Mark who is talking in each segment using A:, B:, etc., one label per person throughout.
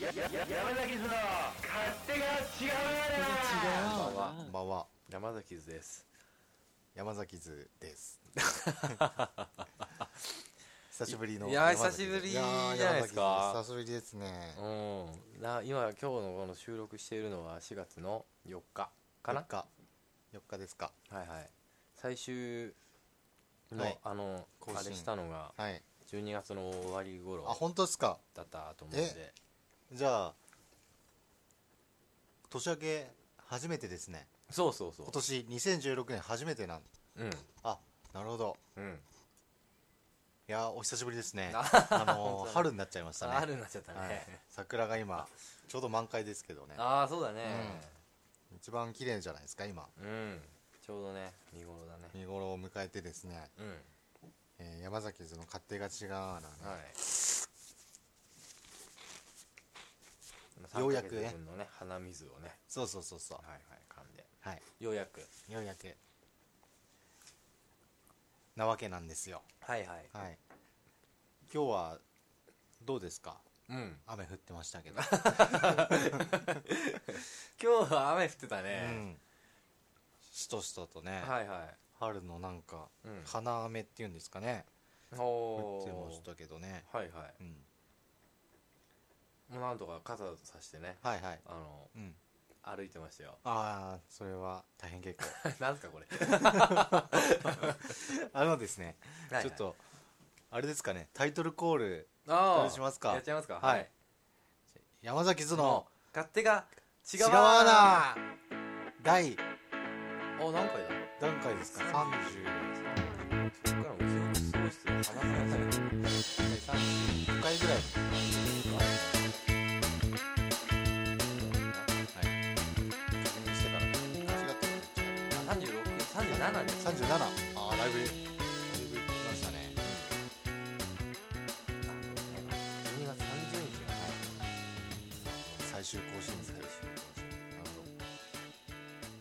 A: やや山崎の勝手
B: 違
A: が違う
B: う
C: こんばんは
B: な
C: こんばんは
A: 山崎図です
C: 山崎図です 久しぶりの
B: いや
C: 山崎
B: 久し
C: 図
B: ぶりじゃないですか
C: や山崎図久しぶりですね
B: うんな今今日のこの収録しているのは4月の4日かな
C: 4日4日ですか
B: はいはい最終の、
C: はい
B: あの
C: 更
B: あ
C: 新
B: れしたのが
C: はい
B: 12月の終わり頃
C: あ本当ですか
B: だったと思うんで
C: じゃあ年明け初めてですね
B: そうそうそう
C: 今年2016年初めてなん
B: うん
C: あなるほど
B: うん
C: いやお久しぶ りですね
B: あ
C: あ
B: 本
C: の
B: 当だ
C: 春になっちゃいましたね
B: あるなっちゃったね、
C: はい、桜が今ちょうど満開ですけどね
B: ああそうだね
C: 一番綺麗じゃないですか今
B: うん、ちょうどね見頃だね
C: 見頃を迎えてですね、
B: うん
C: えー山崎図の勝手が違うな、
B: はい
C: ようやくね
B: 3ヶ月分のね鼻水をね
C: そうそうそうそう
B: はいはい噛んで
C: はい
B: ようやく
C: ようやくなわけなんですよ
B: はいはい
C: はい今日はどうですか
B: うん
C: 雨降ってましたけ ど、
B: 今日は雨降ってた
C: う
B: ね、
C: んしとしととね、
B: はいは
C: 春のなんか、
B: い、うん、
C: 花雨っていうんですかね降
B: お
C: ってま
B: お
C: したけどね、
B: はいは
C: うん、
B: いもうなんとか傘さしてね
C: はいはい、
B: あの
C: うん、
B: 歩いてましたよ
C: ああそれは大変結構
B: なんすかこ れ
C: あのですね、ちょっ
B: はい
C: とあれですかねタイトルコー
B: はい
C: ル
B: あ
C: どうしますか
B: やっちゃいますか
C: はい山崎図の
B: 勝手が違
C: 違
B: う
C: わ
B: な
C: な第
B: お何回だ
C: 何回ですか35
B: そっからもう記憶喪失で話せなさい第
C: 回ぐらい
B: 30
C: 確認してから間違って
B: あ36 37です
C: 37ああだいぶだいぶ来ましたね
B: 12月30日が
C: 最終更新です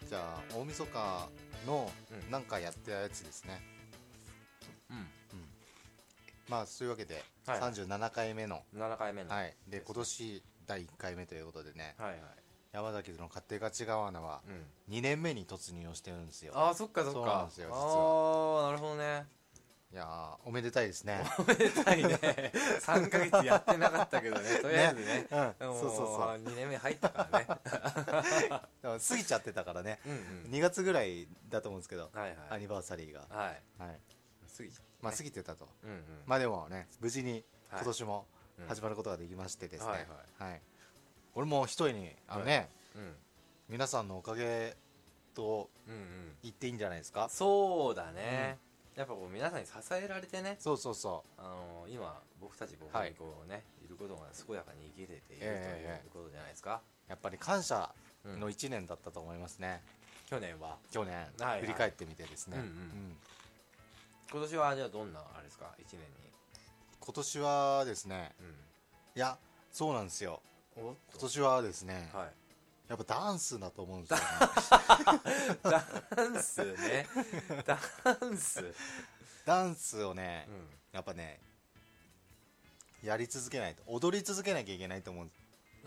C: じゃあ大晦日の
B: うん
C: なんかやってたやつですね、
B: う
C: まあそういうわけで
B: はい
C: 37回目の、
B: ん7回目の
C: はい、で今年第1回目ということでね
B: はいはい
C: 山崎の勝手が違う穴は
B: うん
C: 2年目に突入をしてるんですよ
B: ああそっかそっか
C: そうなんですよ実
B: ああなるほどね
C: いやーおめでたいですね
B: 痛いね 3ヶ月やってなかったけどねとりあえずね
C: うん
B: も
C: そうそうそう
B: 2年目入ったから ね
C: だから過ぎちゃってたからね
B: うんうん
C: 2月ぐらいだと思うんですけど、
B: はいは
C: ア
B: い
C: ニバーサリーが、
B: はい
C: はい
B: 過ぎちゃった
C: まあ、
B: ね
C: 過ぎてたと、
B: うんうん
C: まあでもね無事に
B: はい
C: 今年も
B: うん
C: 始まることができましてですね、
B: はい
C: はい俺も一重にあのね、
B: うん
C: 皆さんのおかげと
B: うんうん
C: 言っていいんじゃないですか
B: そうだねやっぱこう皆さんに支えられてね
C: そうそうそ
B: あの今僕たちここ
C: は
B: に
C: い
B: こうね、い、ることが健やかに生きれているという
C: ええ
B: ことじゃないですか、
C: うやっぱり感謝
B: うん
C: の1年だったと思いますね、
B: 去年は
C: 去年、
B: はい
C: 振り返ってみてですね、
B: うんうん今年はじゃあどんなあれですか1年に
C: 今年はですねいやそうなんですよ
B: うんお
C: 今年はですね、
B: はい
C: やっぱダンスだと思うんですよ ね
B: ダンス ねダンスうん
C: ダンスをね、やっぱねやり続けないと踊り続けなきゃいけないと思う、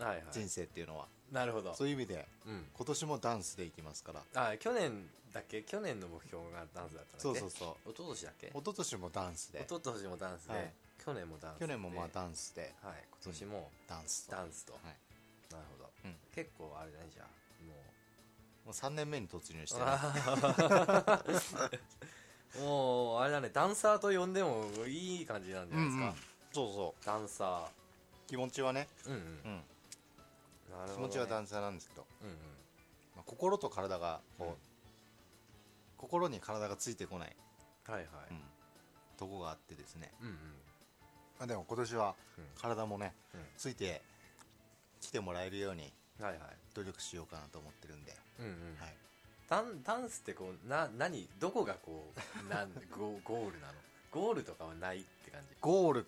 B: はいはい
C: 人生っていうのは
B: なるほど
C: そういう意味で
B: うん
C: 今年もダンスでいきますから
B: あ去年だっけ去年の目標がダンスだったんだっけ
C: そうそ うそう
B: 一昨年だっけ
C: 一昨年もダンス
B: 一
C: で
B: 昨年もダンスで、
C: はい
B: 去年もダンスで
C: 去年もまあダンスで
B: はい今年も
C: ダンスと
B: ダンスと、
C: い
B: なるほど、
C: うん
B: 結構あれだねじゃあもう
C: もう3年目に突入してね
B: あー もうあれだねダンサーと呼んでもいい感じなんじゃ
C: う
B: なんいうですか、
C: んそうそ
B: ダンサ
C: う気持ちはね、
B: ーうんうん
C: うん
B: なるほど、ね、
C: 気持ちはダ
B: ン
C: ンサーなんですけど、
B: うん
C: まあ、心と体がこう、
B: うん
C: 心に体がついてこない、
B: うんはいはい、
C: うんとこがあってですね
B: うん、うん
C: まあでも今年は
B: うん
C: 体もね、
B: うん
C: ついてきてもらえるように
B: はいはい
C: 努力しようかなと思ってるんで、
B: うんうん
C: はい、
B: ダンダンスってこうな何どこがこう なんゴゴールなのゴールとかはないって感じ
C: ゴール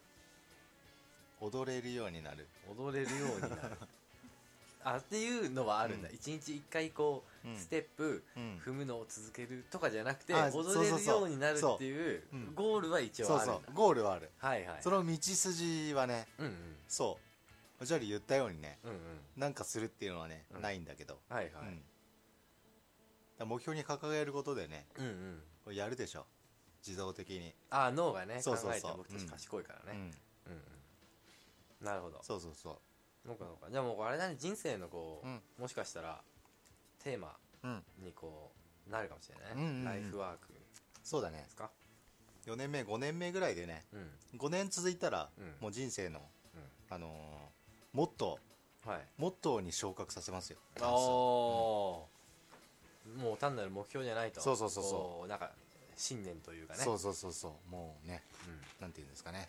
C: 踊れるようになる、
B: 踊れるようになる あっていうのはあるんだ、
C: う
B: 一日一回こう、ステップ
C: うん
B: 踏むのを続けるとかじゃなくて
C: あ
B: 踊れるようになるっていう
C: そうそうそううん
B: ゴールは一応
C: そう
B: あるんだ
C: そうゴールはある、
B: はいはい
C: その道筋はね
B: うんうん
C: そおじゃり言ったようにね
B: うんうん
C: なんかするっていうのはね、
B: うん
C: ないんだけど、
B: はいはい、
C: うんだから目標に掲げることでね
B: うんうん
C: これやるでしょ自動的に、
B: ああ脳がね
C: そうそうそう
B: 考えて僕たち賢いから
C: う
B: ね、
C: ん
B: うんうんなるほど
C: そうそうそ
B: そうかそうかじゃあもうあれだね人生のこう、
C: うん
B: もしかしたらテーマ
C: う、うん、
B: にこうなるかもしれない、
C: うんうんうん
B: ライフワークで
C: そうだね
B: すか
C: 4年目5年目ぐらいでね
B: うん
C: 5年続いたら、
B: うん
C: もう人生の、
B: う
C: あのーもっと
B: はい
C: モットーに昇格させますよ
B: ああ、もう単なる目標じゃないと
C: そうそうそうそう
B: こなんか信念というかね
C: そうそうそうそうもうねなんていうんですかね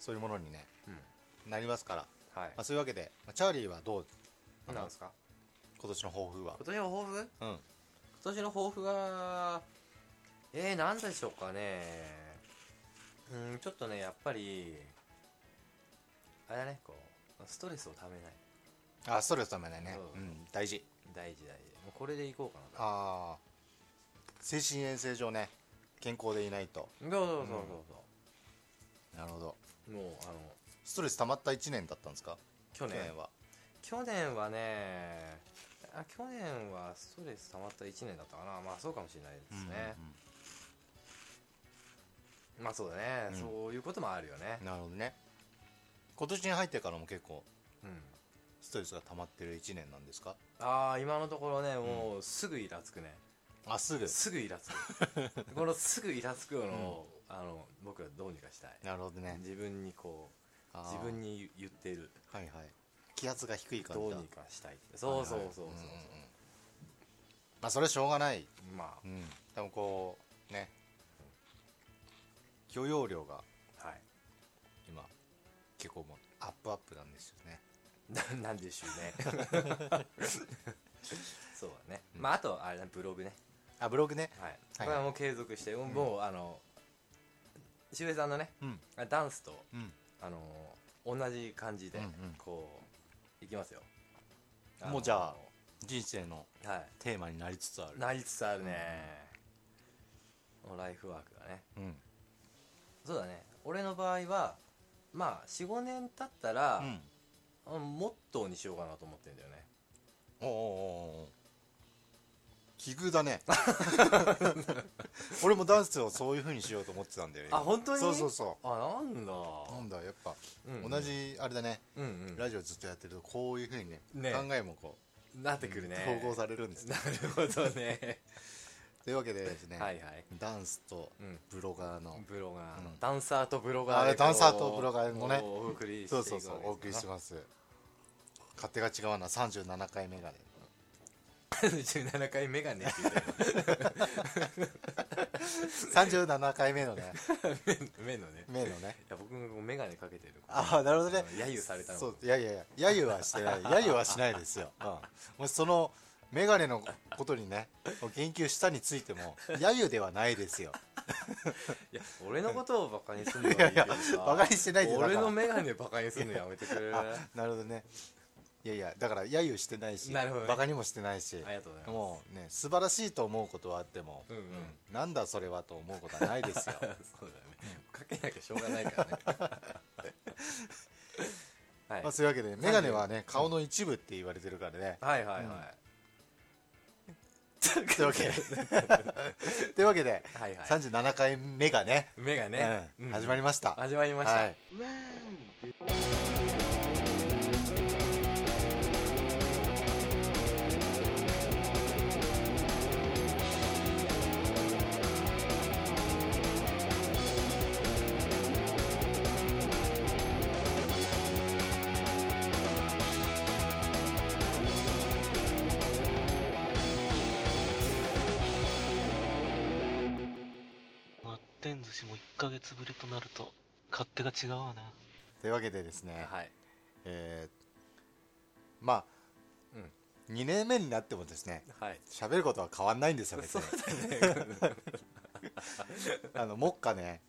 C: そういうものに、ね、
B: うん、うん、
C: なりますから、
B: はい
C: まあ、そういうわけで、まあ、チャーリーはどう
B: な
C: あ
B: ん
C: の
B: ですか
C: 今年の抱負は
B: 今年の抱負
C: うん
B: 今年の抱負がえー、なんでしょうかねうんちょっとねやっぱりあれだねこうストレスをためない
C: あストレスためないね、
B: う
C: うんん大事
B: 大事大事もうこれでいこうかな
C: ああ精神衛生上ね健康でいないと
B: そうそうそうそう
C: なるほど
B: そうもうあの
C: ストレス溜まった1年だったんですか
B: 去
C: 去
B: 年
C: 年は
B: 去年はねあ去年はストレス溜まった1年だったかなまあそうかもしれないですね、
C: うんうん
B: まあそうだね、
C: うん
B: そういうこともあるよね
C: うんなるほどね今年に入ってからも結構
B: うん
C: ストレスが溜まってる1年なんですか
B: ああ今のところねもうすぐイラつくね、
C: あすぐ
B: すぐイラつ くこのすぐイラつくのを、あの僕はどうにかしたい
C: なるほどね
B: 自分にこう
C: あー
B: 自分に言ってる
C: はいはい気圧が低い感
B: どう
C: じだ
B: にかしたいそうそうそうそうそう、
C: はいはいんんんまあそれはしょうがない、
B: ま
C: うん、でもこうね許容量が
B: あはい
C: 今結構もうアップアップなんですよね
B: な なんでしょう ねそうだね、
C: うん
B: まああとあれだブログね
C: あブログね
B: はい、
C: はい
B: これはもう継続して、もうもうあの秀平さんのね
C: うん
B: ダンスと
C: うん
B: あの同じ感じで、
C: うんうん
B: こういきますよ
C: もうじゃ人生の
B: あは
C: テーマになりつつある
B: いなりつつあるね、もうライフワークだね
C: うん
B: そうだね俺の場合はまあ45年経ったら
C: う、ん
B: あモットーにしようかなと思ってんだよね
C: おうおうおうおう奇遇だね俺もダンスをそういうふうにしようと思ってたんだよね
B: あ本当に
C: そうそうそ
B: あなんだ
C: うなんだやっぱ、
B: うんうん
C: 同じあれだね
B: うんうん
C: ラジオずっとやってるとこういうふうにね
B: ね
C: 考えもこ
B: なって
C: う
B: くるね
C: 統合されるんですね
B: なるほどね
C: というわけでです ね、
B: はいはい
C: ダンスと
B: うん
C: ブロガーの、
B: ブロガーの、
C: うん
B: ダンサーとブロガーで
C: あダンサーとブロガーのね
B: こうお送りして
C: そ
B: いうく
C: そ
B: わけ
C: うそうお送りして
B: す
C: ます勝手が違うな37回目がね
B: 17回メガネって言って
C: 37回目 のね
B: る目のねい
C: 目のね
B: や僕もメガネかけてるから
C: ああなるほどね
B: 揶揄されたの
C: そういやいやいや揶揄はし てない揶揄はしないですよ、うん、もしその眼鏡のことにね言及したについても揶揄ではないで すよ
B: いや俺のことをバカにするの
C: い
B: は
C: や
B: いい
C: い
B: け
C: や
B: どさ
C: バカにしてないでだから
B: 俺のメガネバカにするのやめてくれる
C: あなるほどねいやいやだから揶揄してないし
B: なるほどね
C: バカにもしてないし
B: ありがとうございます
C: もうね素晴らしいと思うことはあっても、
B: うんうん
C: なんだそれはと思うことはな いですよ
B: そうだよねかけなきゃしょうがないから ねはい、
C: まあそういうわけで眼鏡はね顔の一部って言われてるからね、
B: はいはいはい、
C: うんというわ けでというわけで、
B: はいはい
C: 37回目がね、
B: 目がね、
C: うん始まり
B: まし
C: ました、
B: 始まりました、
C: はい
D: まってん寿司も1ヶ月ぶりとなると勝手が違うわな
C: というわけでですね、
B: はい
C: えーまあ、2年目になってもですね
B: はい
C: 喋ることは変わんないんですよ別
B: そ
C: に
B: うだね
C: あの目下ね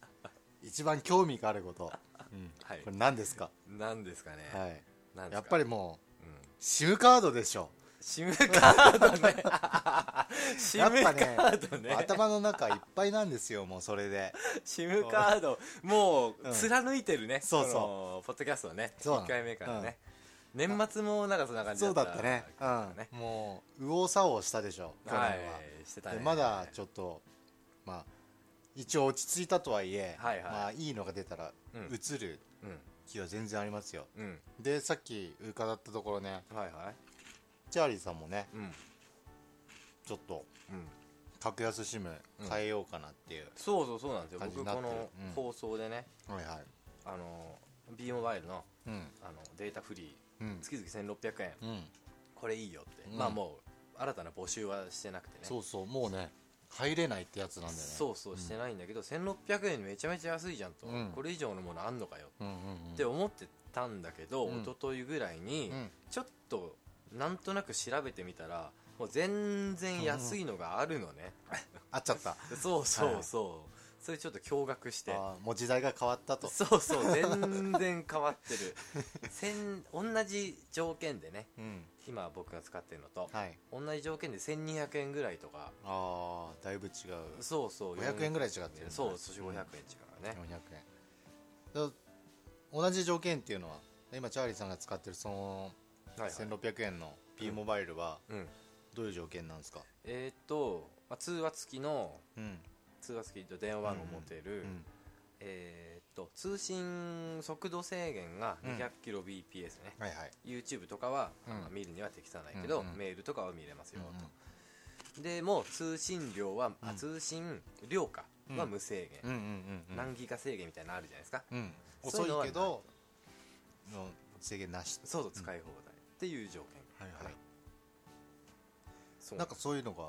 C: 一番興味があること、うん
B: はい
C: これ何ですか,、
B: 何ですかね、
C: はい、
B: なんですか
C: やっぱ
B: り、
C: りも
B: うん、
C: う SIM カードでしょ
B: シムカー ドねシム
C: や
B: カ
C: っぱね
B: ードね
C: 頭の中いっぱいなんですよもうそれで
B: シムカードもう
C: うん
B: 貫いてるね、
C: そうそう
B: このポッドキャストをね
C: そうなの
B: 1回目からね、年末もなんかそんな感じ
C: そうだったね
B: だからね
C: うん、もう右往左往したでしょ去年は、
B: はいしてたね
C: でまだち
B: ょっ
C: ょっとまあ一応落ち着いたとはいえ、
B: はいはい
C: まあ、いいのが出たら
B: うん
C: 映る
B: う
C: 気は全然ありますよ、
B: んうん
C: でさっき伺ったところね
B: はいはい
C: チャーリーさんもね
B: うんうん
C: ちょっと格安シム
B: うん
C: 変えようかなっていう、
B: そうそうそうなんですよ
C: 感じ
B: 僕
C: になって
B: こ
C: る
B: の
C: うん
B: 放送でね
C: はいはい
B: あの B モバイルの
C: うん
B: あのデータフリ
C: うん
B: ー月々1600円
C: うん
B: これいいよって
C: うん
B: まあもう新たな募集はしてなくてね
C: そうそうもうね入れないってやつなんだよね
B: そうそうしてないんだけど1600円めちゃめちゃ安いじゃんと
C: うん
B: これ以上のものあんのかよ
C: うんうんうん
B: って思ってたんだけど、
C: うん
B: 一昨日ぐらいに
C: うん
B: ちょっとなんとなく調べてみたらもう全然安いのがあるのね、
C: あっちゃった
B: そうそうそうそれちょっと驚愕して
C: あーもう時代が変わったと
B: そうそう全然変わってる せん同じ条件でね
C: うん
B: 今僕が使ってるのと
C: はい
B: 同じ条件で1200円ぐらいとか
C: ああだいぶ違う
B: そうそう
C: 500円ぐらい違ってる
B: そうそう500円違うからね、
C: 400円だ同じ条件っていうのは今チャーリーさんが使ってるその
B: はいはい
C: 1600円の P モバイルは
B: うん、
C: どういう条件なんですか
B: えーっと、まあ、通話付きの
C: うん
B: 通話付きと電話番号持てる、
C: うん
B: えーっと通信速度制限が
C: うん
B: 200kbps ね、
C: はいはい
B: YouTube とかは、
C: うん
B: まあ見るには適さないけど、
C: うんうん
B: メールとかは見れますよ
C: うんうん
B: と、でもう通信量は、あ
C: うん
B: 通信量か
C: うん
B: は無制限、
C: うんうんうん
B: 何ギガ制限みたいなのあるじゃないですか、
C: うんうん
B: そう
C: 遅
B: いうのはい
C: けどの制限なし
B: そうそう使い放題っていう条件、
C: はいはい
B: そう
C: なんかそういうのが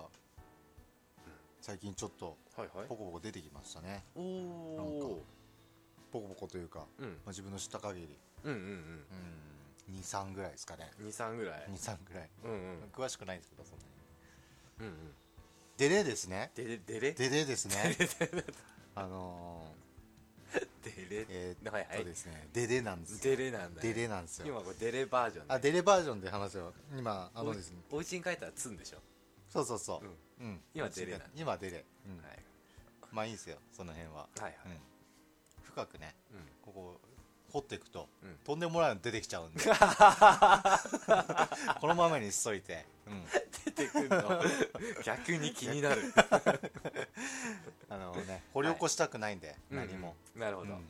C: 最近ちょっと
B: はいはい
C: ポコポコ出てきましたね
B: おお
C: ポコポコというか、ま
B: ー、うん、
C: あ、自分の知った限り
B: うんうん
C: うん23ぐらいですかね
B: うん23ぐらい
C: 23ぐらい
B: うんうん
C: 詳しくないんですけどそんなに
B: うんうん
C: デレですね
B: でででれ
C: デレですねあの
B: でれ
C: ー、えー、
B: はいは
C: っと
B: い
C: ですねデレなんですよ
B: デレなんだよ
C: デレなんですよ
B: 今これデレバージョンね
C: あデレバージョンで話すよ今あ
B: お
C: の
B: う
C: ですね
B: お家に帰ったらツンでしょ、
C: そうそうそううんうん、
B: 今デレなんだ
C: 今デレ、うん
B: はい
C: まあいいんですよその辺は、
B: はい
C: うん、深くね
B: はい
C: ここ掘っていくと、
B: うん
C: とんでもないの出てきちゃう んでこのままにしといて、うん、
B: 出てくるの 逆に気になる
C: あのね掘り起こしたくないんで、何も、
B: うんなるほ
C: う
B: ど
C: ん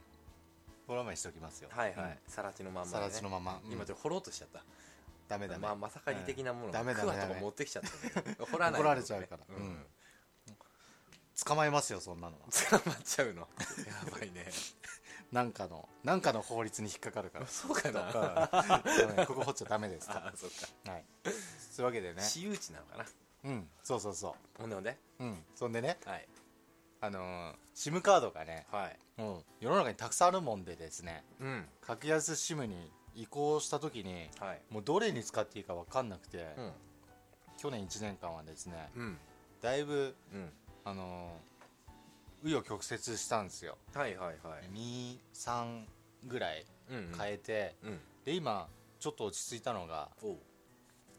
C: このままにしておきますよ
B: はいはいさらちのまんま
C: さ
B: で
C: ら
B: ね
C: 地のまま、うん
B: 今ちょっと掘ろうとしちゃった
C: ダメダメ、
B: まあまさかり的なもの
C: うんダメダメ
B: クワと
C: ダ
B: か
C: メ
B: 持ってきちゃったね掘らない
C: 怒られちゃうから
B: うん
C: うん捕まえますよそんなのは
B: 捕まっちゃうのやばいね
C: なんかのなんかの法律に引っかかるか ら
B: そうかな
C: うんここ掘っちゃダメですか
B: あそっから
C: はいそういうわけでね
B: 私有地なのかな
C: うんそうそうそ
B: ほんでほんで
C: ううんそんでね
B: はい
C: あのー、SIM カードがね
B: はい
C: もう世の中にたくさんあるもんでですね
B: うん
C: 格安 SIM に移行した時に
B: はい
C: もうどれに使っていいか分かんなくて、
B: うん
C: 去年1年間はですね
B: うん
C: だいぶ
B: うん
C: あのー、紆余曲折したんですよ
B: はいはいはい
C: 23ぐらい
B: うん
C: 変えて、
B: うん
C: で今ちょっと落ち着いたのが
B: おう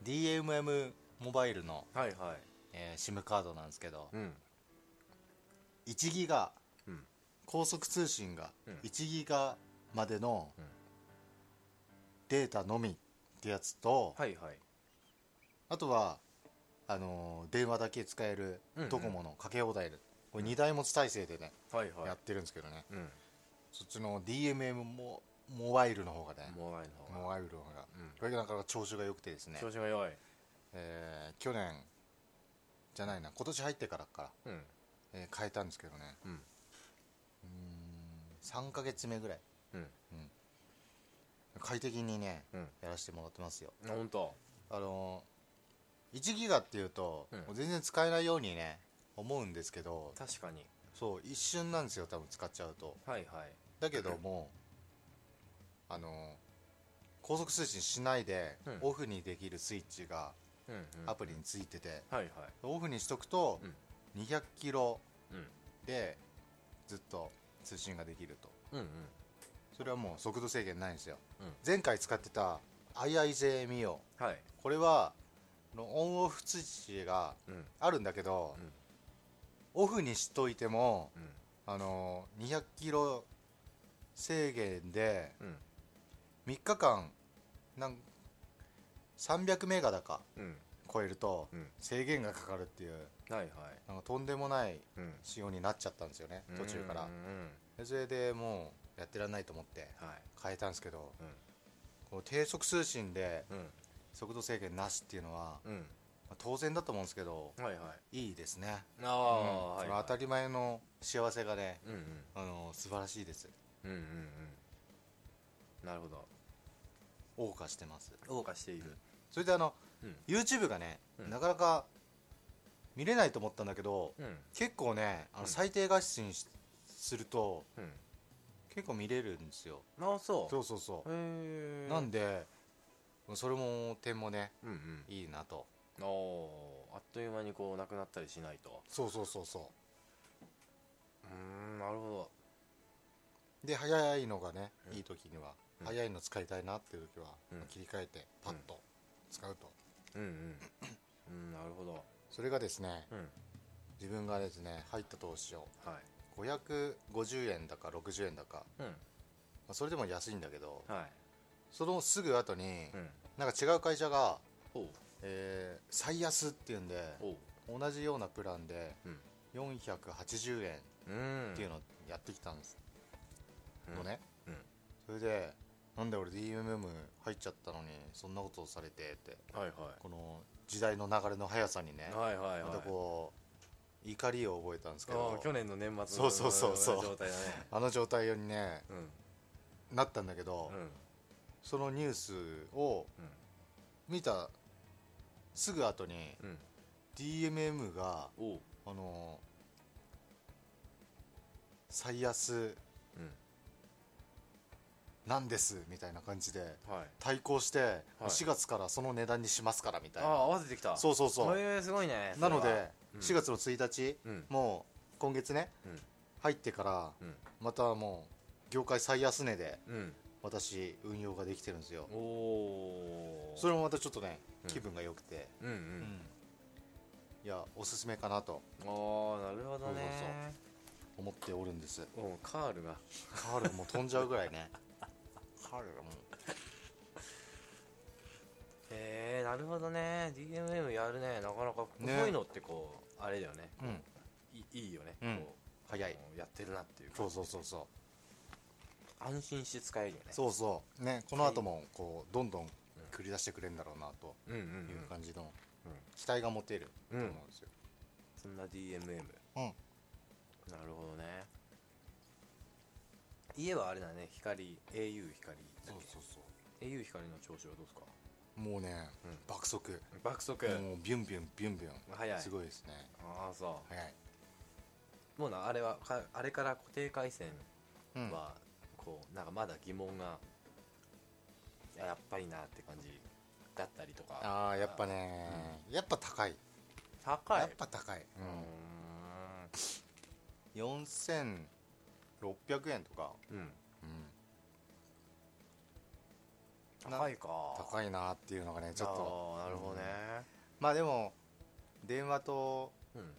C: DMM モバイルの、
B: はいはい
C: えー、SIM カードなんですけど、
B: うん
C: 1ギガ、
B: うん
C: 高速通信が
B: うん
C: 1ギガまでの
B: うん
C: データのみってやつと、
B: はいはい
C: あとはあのー電話だけ使える
B: うんうん
C: ドコモのかけ放題で、これ2台持ち体制でね、
B: はいはい
C: やってるんですけどね
B: うん
C: そっちの DMM もモバイルの方がね
B: モバイルの方
C: モ
B: が
C: バイルの方が、
B: うん
C: これがなかなか調子が良くてですね
B: 調子が良い
C: えー去年じゃないな今年入ってからか
B: う
C: ら、
B: ん
C: えー変えたんですけどね
B: うん
C: うーん3ヶ月目ぐらい
B: うん
C: 快適にね、
B: うん
C: やらせてもらってますよ
B: 本当
C: あのー1ギガっていうと、
B: うん
C: もう全然使えないようにね思うんですけど
B: 確かに
C: そう一瞬なんですよ多分使っちゃうと
B: はいはい
C: だけどもあのー高速通信しないで、
B: うん
C: オフにできるスイッチが
B: うんうん
C: アプリについてて、
B: はいはい
C: オフにしとくと、200キロ
B: うん
C: でずっと通信ができると
B: うんうん
C: それはもう速度制限ないんですよ、
B: うん
C: 前回使ってた IIJMEO
B: はい
C: これはあのオンオフ通知が
B: うん
C: あるんだけど、
B: うん
C: オフにしといても
B: うん
C: あの200キロ制限で
B: うん
C: 3日間なん300メガだか
B: うん
C: 超えると
B: うん
C: 制限がかかるっていう
B: はいはい
C: なんかとんでもない
B: うん
C: 仕様になっちゃったんですよね途中から
B: うんうん
C: でそれでもうやってらんないと思って
B: うんはい
C: 変えたんですけど
B: うん
C: こう低速通信で
B: うん
C: 速度制限なしっていうのは
B: うん
C: まあ当然だと思うんですけど
B: はいはい
C: いいですね
B: ああ、は
C: うん
B: い
C: その
B: はい
C: 当たり前の幸せがね
B: うんうん
C: あの素晴らしいです
B: うんうんうんなるほど
C: 謳歌してます
B: 謳歌している
C: それであの、
B: うん
C: YouTube がね、
B: うん
C: なかなか見れないと思ったんだけど、
B: うん
C: 結構ねあ
B: うん
C: の最低画質にしすると
B: うん
C: 結構見れるんですよ
B: ああそう
C: そうそうそ
B: へえ
C: うなんでそれも点もね
B: うんうん
C: いいなと
B: おおーあっという間にこうなくなったりしないと
C: そうそうそうそう
B: ーんなるほ
C: うで早いのがね、
B: うん
C: いい時には、
B: うん
C: 早いの使いたいなっていう時は、
B: うん
C: 切り替えてパッと使うと、
B: どうんうんうんなるほど
C: それがですね
B: うん
C: 自分がですね入った投資を
B: はい
C: 550円だか60円だか、
B: うん
C: まあそれでも安いんだけど、
B: はい
C: そのすぐ後に、
B: うん
C: なんか違う会社が、
B: おう
C: えー最安っていうんで
B: おう
C: 同じようなプランで
B: うん
C: 480円
B: うん
C: っていうのをやってきたんです
B: うん
C: のね、
B: うん
C: それでなんで俺 DMM 入っちゃったのにそんなことをされてって
B: はいは
C: この時代の流れの速さにね
B: い、はいはい
C: ま
B: は
C: た
B: い
C: こう怒りを覚えたんですけ
B: あ
C: ど
B: あ去年の年末の
C: そうそうそうそう
B: 状態だね
C: あの状態にね
B: うん
C: なったんだけど、
B: うん
C: そのニュースを見たすぐ後に
B: うんうん
C: DMM が
B: おう
C: あの最安
B: うん
C: なんですみたいな感じで
B: はい
C: 対抗して、
B: い
C: 4月からその値段にしますからみたい
B: ああ
C: な
B: 合わせてきた
C: そうそうそう
B: へえすごいね
C: なので、
B: うん
C: 4月の1日、
B: うん
C: もう今月ね、
B: うん
C: 入ってから
B: うん
C: またもう業界最安値で
B: うん
C: 私運用ができてるんですよ
B: おお
C: それもまたちょっとね
B: うん
C: 気分が良くて、
B: うんう
C: うん
B: ん
C: いやおすすめかなと
B: ああなるほどね
C: 思っておるんです
B: おうカールが
C: カールもう飛んじゃうぐらいね カールがもう
B: へえなるほどね DMM やるねなかなかこう
C: ね
B: こういうのってこうあれだよね
C: うん
B: いいいよね
C: うん
B: こう
C: 早い
B: やってるなっていうか
C: そうそうそうそう
B: 安心して使えるよね
C: そうそうねこの後もこうどんどん繰り出してくれるんだろうなと
B: うんうん
C: い
B: う
C: う
B: ん
C: 感じの
B: うん
C: 期待が持てると思うんですよ、
B: そんな DMM なる
C: うん
B: ほどね家はあれだね光 au 光
C: そうそうそ
B: au 光の調子はどうですか
C: うもうね、
B: うん
C: 爆速
B: 爆速
C: もうビュンビュンビュンビュン
B: 早い
C: すごいですね
B: ああそ
C: 早いう
B: もうなあれはかあれから固定回線
C: うん
B: はこうなんかまだ疑問がいややっぱりなって感じだったりとか
C: ああやっぱね、やっぱ高い、
B: 高い
C: やっぱ高い、
B: うー
C: うん、4600円とか、
B: んうん
C: うん、な
B: 高いか
C: 高いなっていうのがねちょっと
B: あーなるほどね
C: まあでも電話と
B: うん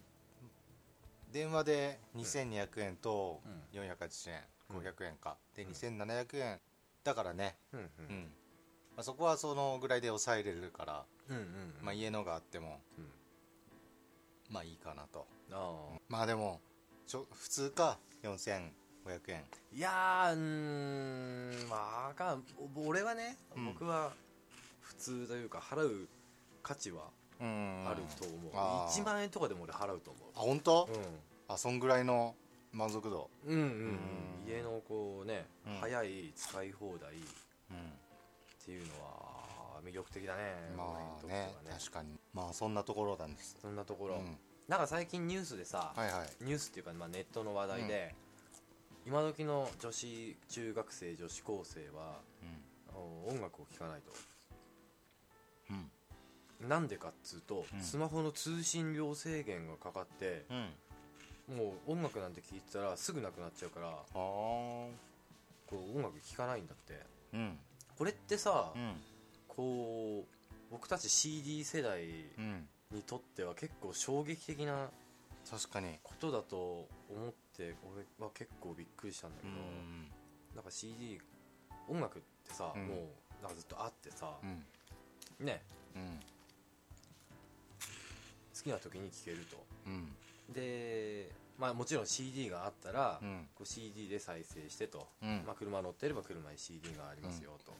C: 電話で2200円と
B: う
C: 480円、
B: うん
C: 500円かで
B: うん
C: 2700円だからね、
B: うん
C: うんまあ、そこはそのぐらいで抑えれるから、
B: うんうんうん
C: まあ、家のがあっても、
B: うん
C: まあいいかなと
B: あー
C: まあでもちょ普通か4500円
B: いやーうーんまああかんお俺はね、
C: うん
B: 僕は普通というか払う価値は
C: うん
B: あると思う、
C: あー
B: 1万円とかでも俺払うと思
C: あ本当、
B: う、
C: あそんぐらいの満足度、
B: うん、うんうんうん
C: うん
B: 家のこうね、
C: うん
B: 早い使い放題っ
C: うん
B: ていうのは魅力的だね
C: まあ
B: 俺に
C: ね
B: とっては
C: 確かにまあそんなところなんです、
B: そんなとこ
C: う
B: ろ、
C: ん、
B: なんか最近ニュースでさ、
C: はいはい
B: ニュースっていうか、まあ、ネットの話題で、今時の女子中学生女子高生はお音楽を聴かない
C: うんうん
B: となんでかっつうと、
C: うん
B: スマホの通信量制限がかかって
C: うん
B: もう音楽なんて聴いてたらすぐなくなっちゃうから
C: あー
B: こう音楽聴かないんだって
C: うん
B: これってさ、
C: うん
B: こう僕たち CD 世代
C: うん
B: にとっては結構衝撃的な
C: 確かに
B: ことだと思って俺は結構びっくりしたんだけ
C: う
B: ど、
C: ん
B: なんか CD 音楽ってさ、
C: うん
B: もうなんかずっとあってさ、
C: うん
B: ね
C: う
B: 好きな時に聴けると
C: んうん
B: で、まあ、もちろん CD があったら、
C: うん
B: こう CD で再生してと、
C: うん
B: まあ、車乗ってれば車に CD がありますよと、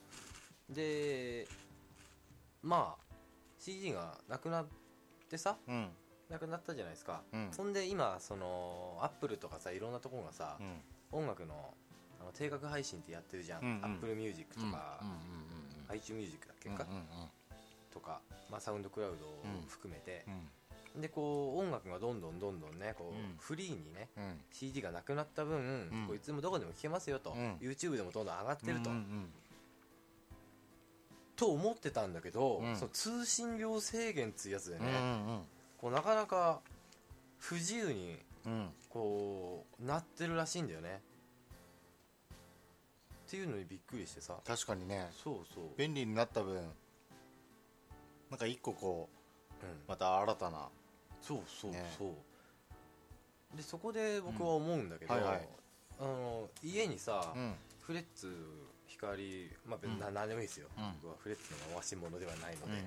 B: でまあ CD がなくなってさ
C: うん
B: なくなったじゃないですか、
C: うん
B: そんで今そのアップルとかさいろんなところがさ、
C: うん
B: 音楽のあの定額配信ってやってるじゃん、
C: うんうん
B: アップルミュージックとか、
C: うんうんうんうん
B: iTunes ミュージックだっけか、
C: うんうん
B: とか、まあ、サウンドクラウドを含めて
C: う、ん
B: でこう音楽がどんどんどんどんねこう、
C: うん
B: フリーにね
C: うん
B: CD がなくなった分、
C: うん
B: こいつもどこでも聴けますよと、
C: うん
B: YouTube でもどんどん上がってると、
C: うんうん
B: と思ってたんだけど、
C: うん
B: その通信量制限っつうやつで
C: うんう
B: ね、
C: ん
B: こうなかなか不自由に
C: うんうん
B: こうなってるらしいんだよねっていうのにびっくりしてさ
C: 確かにね
B: そうそう、うん、
C: 便利になった分なんか一個こうまた新たな
B: そうそうそう、
C: ね
B: でそこで僕は思うんだけど、
C: うんはいはい
B: あの家にさ、
C: うん
B: フレッツ光、まあ、別にな
C: うん
B: 何でもいいですよ、
C: うん
B: 僕はフレッツの回し物ではないの
C: うん
B: で、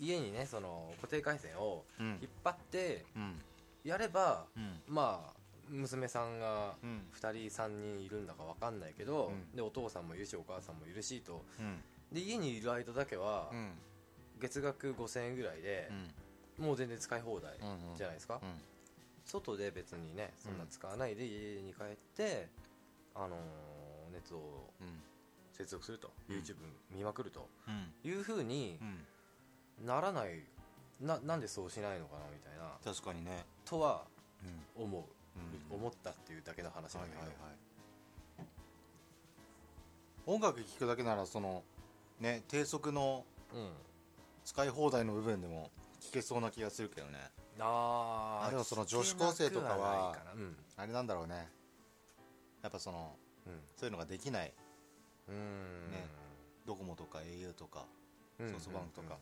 B: 家にねその固定回線を
C: うんうん
B: 引っ張って
C: うん
B: やれば、
C: うん
B: まあ娘さんが
C: うん
B: 2人3人いるんだか分かんないけど、
C: うん
B: でお父さんもいるしお母さんもいるしと
C: うん
B: で家にいる間だけは
C: うんうん
B: 月額5000円ぐらいで、もう全然使い放題
C: うんうん
B: じゃないですか、
C: うん
B: 外で別にねそんな使わないで家に帰って、あのー熱を
C: うん
B: 接続すると、
C: うん
B: YouTube 見まくると
C: うん
B: いうふうに
C: うん
B: ならないななんでそうしないのかなみたいな
C: 確かにね
B: とは
C: うん
B: 思う、
C: うん
B: 思ったっていうだけの話なんだけど、
C: 音楽聴くだけならそのね低速の
B: うん
C: 使い放題の部分でも聴けそうな気がするけどね
B: あー
C: あでもその女子高生とかは
B: 聞けなくないかなうん
C: あれなんだろうねやっぱそのそういうのができない
B: うんうーん
C: ねドコモとか au とか
B: うん
C: ソフトバンクとか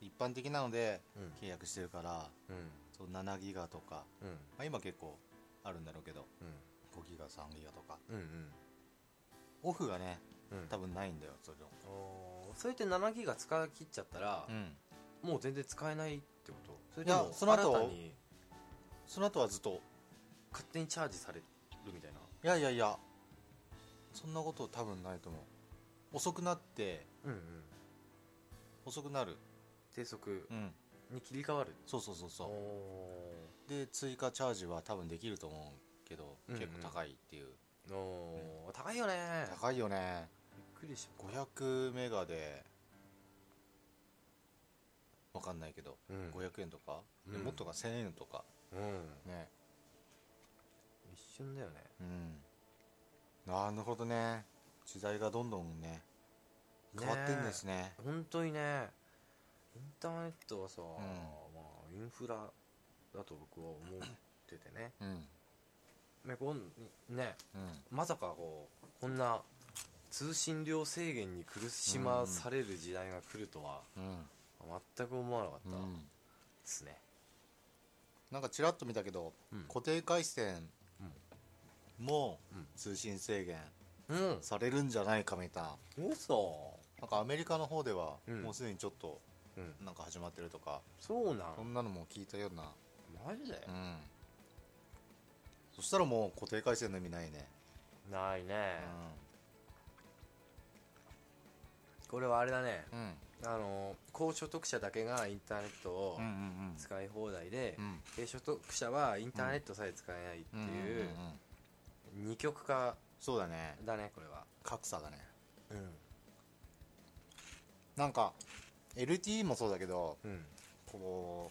C: 一般的なので
B: うん
C: 契約してるから
B: うん
C: そう7ギガとか、
B: うんうん
C: まあ、今結構あるんだろうけど
B: うん
C: 5ギガ3ギガとか
B: うん
C: オフがね
B: うんうん
C: 多分ないんだよそれの
B: おーそれって7ギガ使い切っちゃったら、
C: うん
B: もう全然使えないってことそれ
C: いや
B: とも
C: その後
B: 新たに
C: その後はずっと
B: 勝手にチャージされるみたいない
C: やいやいやそんなこと多分ないと思う遅くなって
B: うんうん
C: 遅くなる
B: 低速
C: うん
B: に切り替わる
C: そうそうそう
B: お
C: そ
B: ー
C: うで追加チャージは多分できると思うけど、
B: うんうん
C: 結構高いっていう
B: おー高いよね
C: 高いよね
B: びっくりした
C: 500メガでわかんないけど
B: うん
C: 500円とか、
B: うん
C: もっとか1000円とか
B: うん
C: ね
B: 一瞬だよね
C: うんなるほどね時代がどんどんね変わってんですね
B: 本当にねインターネットはさ、
C: ん
B: まあ、インフラだと僕は思っててね
C: うん
B: ねこんね
C: うん
B: まさかこうこんな通信量制限に苦しまされる時代が来るとは
C: うん
B: 全く思わなかっ
C: う
B: たで
C: ん
B: すね、
C: なんかちらっと見たけど、
B: うん
C: 固定回線も
B: うん
C: 通信制限
B: うん
C: されるんじゃないかみたいな
B: 嘘
C: なんかアメリカの方では
B: うん
C: もうすでにちょっと
B: うん
C: なんか始まってるとか、
B: そうな
C: そ
B: ん
C: んなのも聞いたような
B: マジで
C: うんそしたらもう固定回線の意味ないね
B: ないね
C: う
B: これはあれだね
C: んうん
B: あの高所得者だけがインターネットを
C: うんうん
B: 使い放題で、
C: うん
B: 低所得者はインターネットさえ使えないって
C: うん
B: いうん
C: んん
B: 二極化
C: そうだね
B: だねこれは
C: 格差だね
B: う
C: なんか LTE もそうだけど
B: んうん
C: こ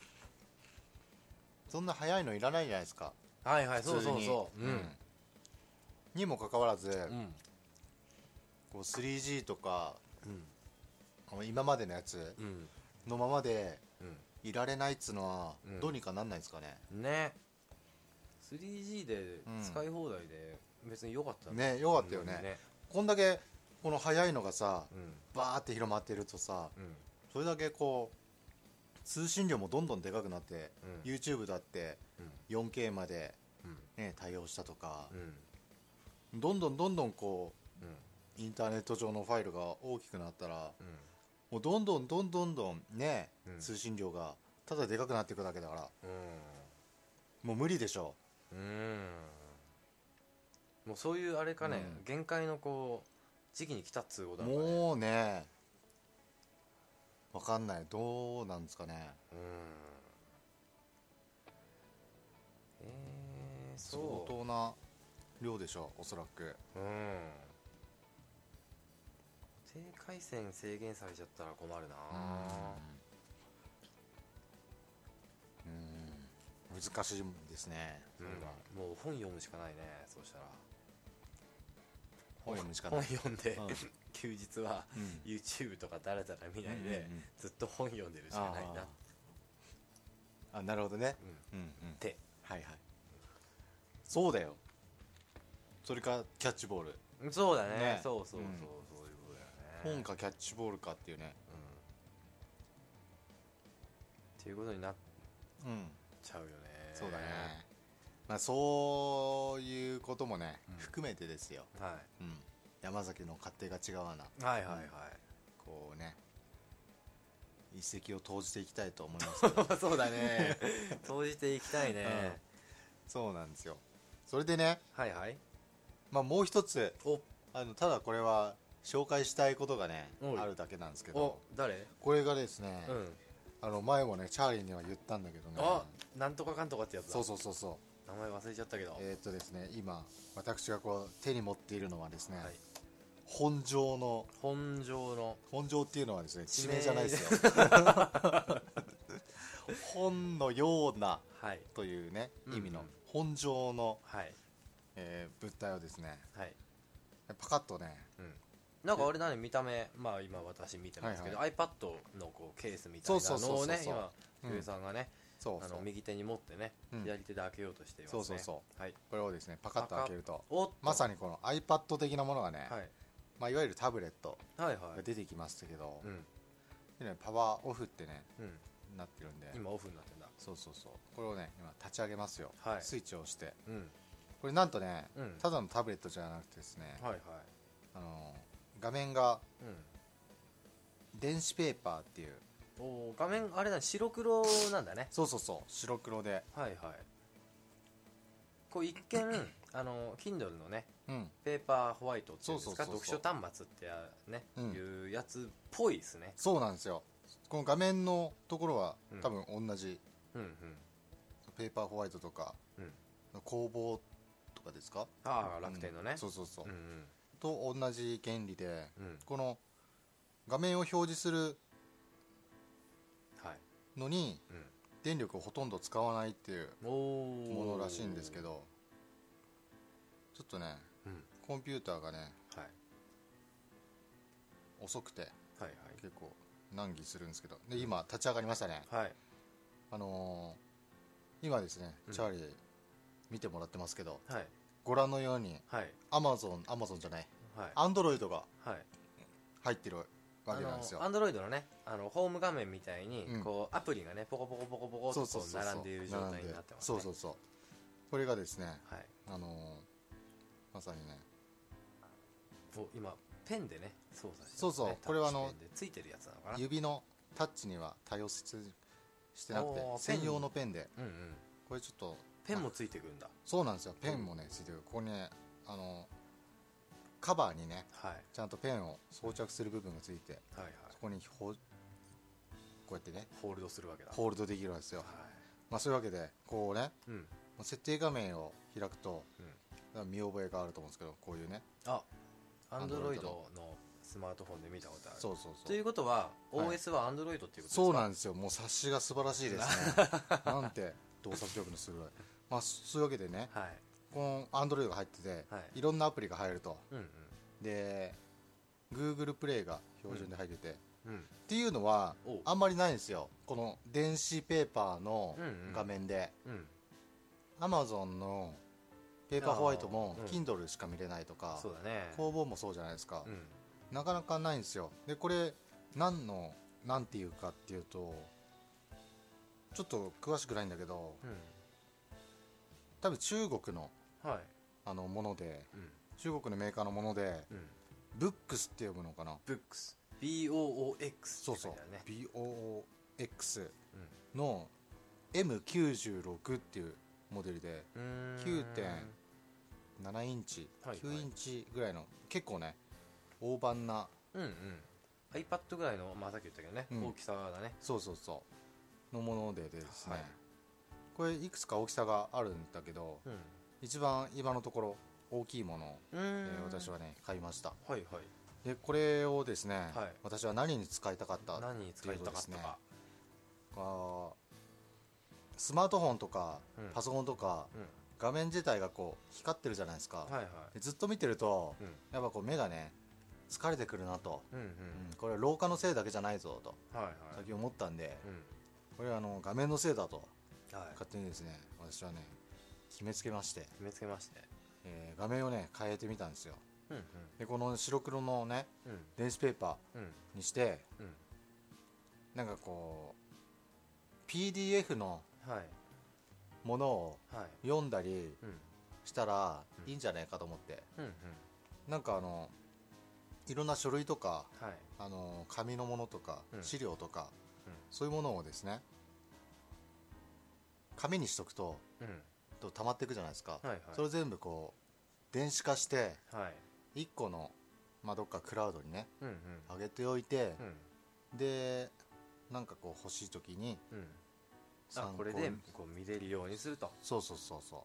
C: うそんな早いのいらないじゃないですか
B: はいはい
C: 普
B: そう
C: 通
B: そう
C: に
B: そううん
C: にもかかわらず、
B: うん
C: こう 3G とか
B: うん
C: あの今までのやつ
B: うん
C: のままで
B: うん
C: いられないっつうのは
B: うん
C: どうにかなんないですかね、
B: ね 3G で
C: うん
B: 使い放題で別に良かったの
C: ねよかったよね,、こんだけこの早いのがさ
B: うん
C: バーって広まってるとさ
B: うん
C: それだけこう通信量もどんどんでかくなって、
B: うん
C: YouTube だって
B: うん
C: 4K まで、
B: うん
C: ね、対応したとか
B: う、ん
C: どんどんどんどんこ
B: うん
C: うインターネット上のファイルが大きくなったら
B: うん
C: もうどんどんどんどんどんね、
B: うん
C: 通信量がただでかくなっていくだけだから
B: う
C: もう無理でしょ
B: んうんもうそういうあれかね、
C: うん
B: 限界のこう時期に来たっつうことなのかね
C: もうねわかんないどうなんですかね
B: うんえー、そ
C: 相当な量でしょおそらく
B: ううん低回線制限されちゃったら困るな
C: うん難しいですね
B: うんもう本読むしかないねそうしたら
C: 本読むしかな
B: 本
C: い
B: 読んで、
C: うん
B: 休日は
C: うん
B: YouTube とかだらだら見ないで、
C: うんうんうん
B: ずっと本読んでるしかないな
C: あーあなるほどね
B: うんっ
C: うんうん
B: て
C: はいはいそうだよそれかキャッチボール
B: そうだね
C: ね
B: そうそうそう、
C: うん
B: そういうことだよね
C: 本かキャッチボールかっていうね
B: うんっていうことになっ
C: うん
B: ちゃうよね
C: そうだねまあそういうこともね
B: うん
C: 含めてですよ
B: は、
C: うん山崎の勝手が違うわない
B: はいはいはい
C: こうね一石を投じていきたいと思いますけ ど
B: そうだ ね投じていきたいね、
C: そうなんですよそれでね、
B: はいはい
C: まあ、もう一つ
B: お
C: あのただこれは紹介したいことがね
B: おい
C: あるだけなんですけ
B: お
C: ど
B: 誰
C: これがですね、
B: うん
C: あの前もねチャーリーには言ったんだけどね
B: あなんとかかんとかってやつだ
C: そうそうそうそう
B: 名前忘れちゃったけど、
C: えーっとですね今私がこう手に持っているのはですね、
B: はい、
C: 本庄の
B: 本庄の
C: 本庄っていうのはですね
B: 地
C: 地
B: 名
C: 名じゃな いですよ本のような
B: はい
C: というね
B: うん
C: 意味の本庄の、
B: はい
C: えー物体をですね
B: はい
C: パカッとね
B: なんかあれだね見た目まあ今私見てますけど、iPad のこうケースみたいな
C: そうそう
B: の
C: そ
B: を
C: うそう
B: ね今
C: うん
B: ゆうさんがね、
C: そう
B: あ
C: そ
B: の
C: う
B: 右手に持ってね、
C: うん
B: 左手で開けようとしていますね
C: そうそうそう
B: はい
C: これをですねパカッと開けると
B: おっと
C: まさにこの iPad 的なものがね、
B: はい
C: いまあ、いわゆるタブレット
B: はいは
C: が
B: い
C: 出てきましたけど、
B: うん
C: でね、パワーオフってね
B: うん
C: なってるんで
B: 今オフになってんだ
C: そうそうそうこれをね今立ち上げますよ、
B: はい
C: スイッチを押して
B: うん
C: これなんとね、
B: うん
C: ただのタブレットじゃなくてですね、
B: はいはい
C: あの画面が
B: うん
C: 電子ペーパーっていう
B: おー画面あれだね白黒なんだね
C: そうそうそう白黒で
B: はいはいこう一見 あの Kindle のね
C: うん
B: ペーパーホワイトっていうんですか
C: そう
B: 読
C: そうそうそ
B: 書
C: う
B: 端末ってやね、
C: うん
B: いうやつっぽいですね
C: そうなんですよこの画面のところは
B: うん
C: 多分同じ、
B: うんうん
C: ペーパーホワイトとか
B: うん
C: の工房とかですか
B: ああ楽天のね、
C: うんそうそうそう、
B: うんうん
C: と同じ原理で
B: うん
C: この画面を表示する
B: はい
C: のに
B: うん
C: 電力をほとんど使わないっていう
B: おお
C: ものらしいんですけどちょっとね
B: うん
C: コンピューターがね
B: はい
C: 遅くて
B: はい
C: 結構難儀するんですけどで今立ち上がりましたね
B: はいはい
C: あのー今ですね
B: うん
C: チャーリー見てもらってますけど
B: はい
C: ご覧のように
B: はい
C: アマゾンアマゾンじゃない
B: はい
C: アンドロイドが
B: はい
C: 入ってるわ
B: あ
C: けなんですよ
B: のアンドロイドのねあのホーム画面みたいに、
C: うん
B: こうアプリがねポコポコポコポコ
C: そう
B: と
C: そう
B: こ
C: そう
B: う
C: そう
B: 並んでいる状態になってます、ね、
C: 並んでそうそうそうこれがですね
B: はい
C: あのーまさにね
B: お今ペンでね操作してますね
C: そうそうこれはあの
B: タッチペンでついてるやつなのかな
C: 指のタッチには対応ししてなくて
B: おー
C: 専用のペンで
B: うんうん
C: これちょっと
B: ペンもついてくるんだ
C: そうなんですよペンもねついてるここにねあのカバーにね
B: はい
C: ちゃんとペンを装着する部分がついて
B: はいはい
C: そこにほこうやってね
B: ホールドするわけだ
C: ホールドできるんですよ
B: は、
C: まあ、そういうわけでこうね
B: いうん
C: 設定画面を開くと
B: うん
C: 見覚えがあると思うんですけどこういうね
B: あアンドロイ
C: Android
B: ドのスマートフォンで見たことある
C: そうそうそう
B: ということは
C: はい
B: OS はアンドロイドっていうことですか
C: そうなんですよもう察しが素晴らしいです ねなんて洞察力のすごい、まあ、そういうわけでね
B: はい
C: このアンドロイドが入ってて、、
B: はい
C: ろんなアプリが入ると
B: うん
C: で Google プレイが標準で入ってて、っ
B: うんうん
C: ていうのは
B: おう
C: あんまりないんですよこの電子ペーパーの
B: うんうん
C: 画面で、
B: うん
C: Amazon のペーパーホワイトも
B: あーうん
C: Kindle しか見れないとか、
B: そうだね
C: 工房もそうじゃないですか、
B: うん
C: なかなかないんですよでこれ何の何ていうかっていうとちょっと詳しくないんだけど
B: うん
C: 多分中国の
B: はい
C: あのもので
B: うん
C: 中国のメーカーのもので
B: うん
C: ブックスって呼ぶのかな
B: ブックス BOOX って
C: そうそ
B: 書
C: う
B: いてあるね
C: BOX の M96 っていうモデルで
B: うーん
C: 9点7インチ、
B: はいはい
C: 9インチぐらいの結構ね大判な
B: うんうん iPad ぐらいの、まあ、さっき言ったけどね、
C: うん
B: 大きさだね
C: そうそうそうのものでですね、
B: はい
C: これいくつか大きさがあるんだけど
B: うん
C: 一番今のところ大きいものを、
B: うー
C: え
B: ん
C: ー私はね買いました
B: はいはい
C: でこれをですね、
B: はい
C: 私は何に使いたかった
B: 何に使いたかった
C: っていう
B: か
C: こあースマートフォンとか
B: うん
C: パソコンとか、
B: うん
C: 画面自体がこう光ってるじゃないですか、
B: はいはい
C: でずっと見てると、
B: うん
C: やっぱこう目がね疲れてくるなと、
B: うんうん
C: うんこれは老化のせいだけじゃないぞと
B: はいはい
C: 先思ったんで、
B: うん
C: これはあの画面のせいだと
B: はい
C: 勝手にですね私はね決めつけまして、
B: 決めつけまして
C: えー画面をね変えてみたんですよ
B: うんうん
C: でこの白黒のね
B: うん
C: 電子ペーパ
B: うん
C: ーにして
B: うん
C: なんかこう PDF の
B: はい
C: ものを
B: はい
C: 読んだり
B: うん
C: したら
B: うん
C: いいんじゃないかと思って、
B: うんうん
C: なんかあのいろんな書類とか
B: はい
C: あの紙のものとか
B: うん
C: 資料とか、
B: うん
C: そういうものをですね紙にしとくと
B: うん
C: と溜まっていくじゃないですか、
B: はいは
C: それを全部こう電子化して
B: いはい
C: 1個の、まあ、どっかクラウドにね
B: うんうん
C: 上げておいて
B: う、ん
C: でなんかこう欲しい時に
B: うん
C: 参
B: あ
C: 考
B: これでこう見れるようにすると
C: そうそうそうそうっ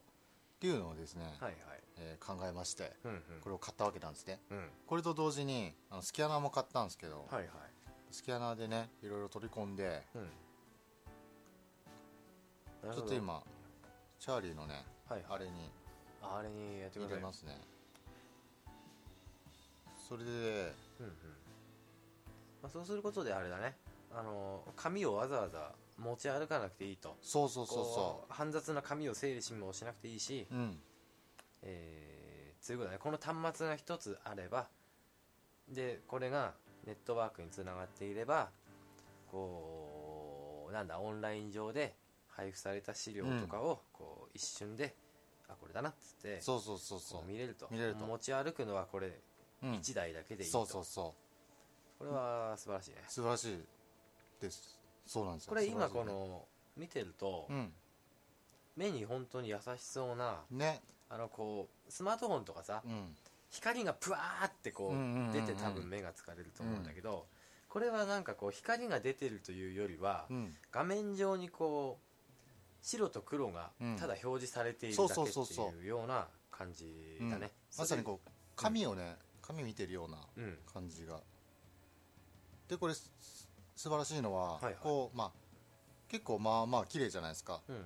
C: ていうのをですね、
B: はいはい
C: えー考えまして
B: うんうん
C: これを買ったわけなんですね
B: うん
C: これと同時にあのスキャナーも買ったんですけど、
B: はいはい
C: スキャナーでねいろいろ取り込んで
B: うんなるほ
C: ちょっ
B: ど
C: と今チャーリーのね
B: はい
C: あ
B: はい
C: れに
B: あれにやってくだ
C: 入
B: さ
C: れ
B: い
C: ますねそれで
B: うんうんまあ、そうすることであれだねあの紙をわざわざ持ち歩かなくていいと
C: そうそうそう
B: こ
C: そう
B: 煩雑な紙を整理しもしなくていいし、
C: ううん
B: えー、ということだねこの端末が一つあればでこれがネットワークにつながっていればこうなんだオンライン上で配布された資料とかをこう一瞬で、あこれだなっつって
C: そうそうそうそ
B: こう見れると
C: 見れると
B: 持ち歩くのはこれ
C: う、うん、
B: 1台だけでいいと、
C: そうそうそ
B: これは素晴らしいね
C: う素晴らしいですそうなんですよ
B: これ今
C: 素晴
B: こ
C: らしいね
B: の見てると、
C: うん
B: 目に本当に優しそうな
C: ね
B: あのこうスマートフォンとかさ
C: うん
B: 光がプワーってこ
C: うんうんうんう
B: うん出て多分目が疲れると思うんだけどこれはなんかこう光が出てるというよりは
C: うん
B: 画面上にこう白と黒が
C: うん
B: ただ表示されている
C: そ
B: だ
C: う
B: けっ
C: そう
B: て
C: そうそう
B: いうような感じだね
C: まさにこう紙をね紙見てるような
B: ううん
C: 感じがでこれす素晴らしいのは、
B: はいはい
C: こうまあ結構まあまあ綺麗じゃないですか
B: うん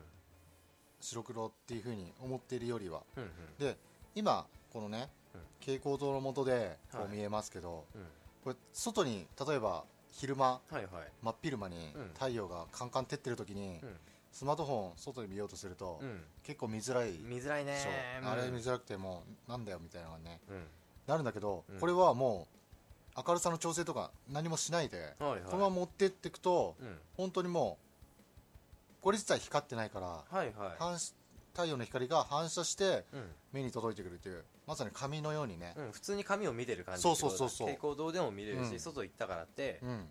C: 白黒っていうふうに思っているよりは
B: うん
C: で今このね、
B: うん
C: 蛍光灯の下でこ
B: はいう
C: 見えますけど、
B: うん
C: これ外に例えば昼間
B: はいはい
C: 真っ昼間に
B: うん
C: 太陽がカンカン照ってる時に、
B: うん
C: スマートフォン外で見ようとすると、
B: うん
C: 結構見づらい
B: 見づらいね
C: そう
B: うん
C: あれ見づらくてもうなんだよみたいなのがね
B: うん
C: なるんだけど、
B: うん
C: これはもう明るさの調整とか何もしないで、
B: はいはい
C: このまま持ってっていくと、
B: うん
C: 本当にもうこれ自体光ってないから
B: はいは
C: 反し太陽の光が反射して
B: いうん
C: 目に届いてくるというまさに紙のようにね、
B: うん、普通に紙を見てる感じ
C: そうそうそうそう
B: 蛍光灯でも見れるし、
C: うん
B: 外行ったからって、
C: うん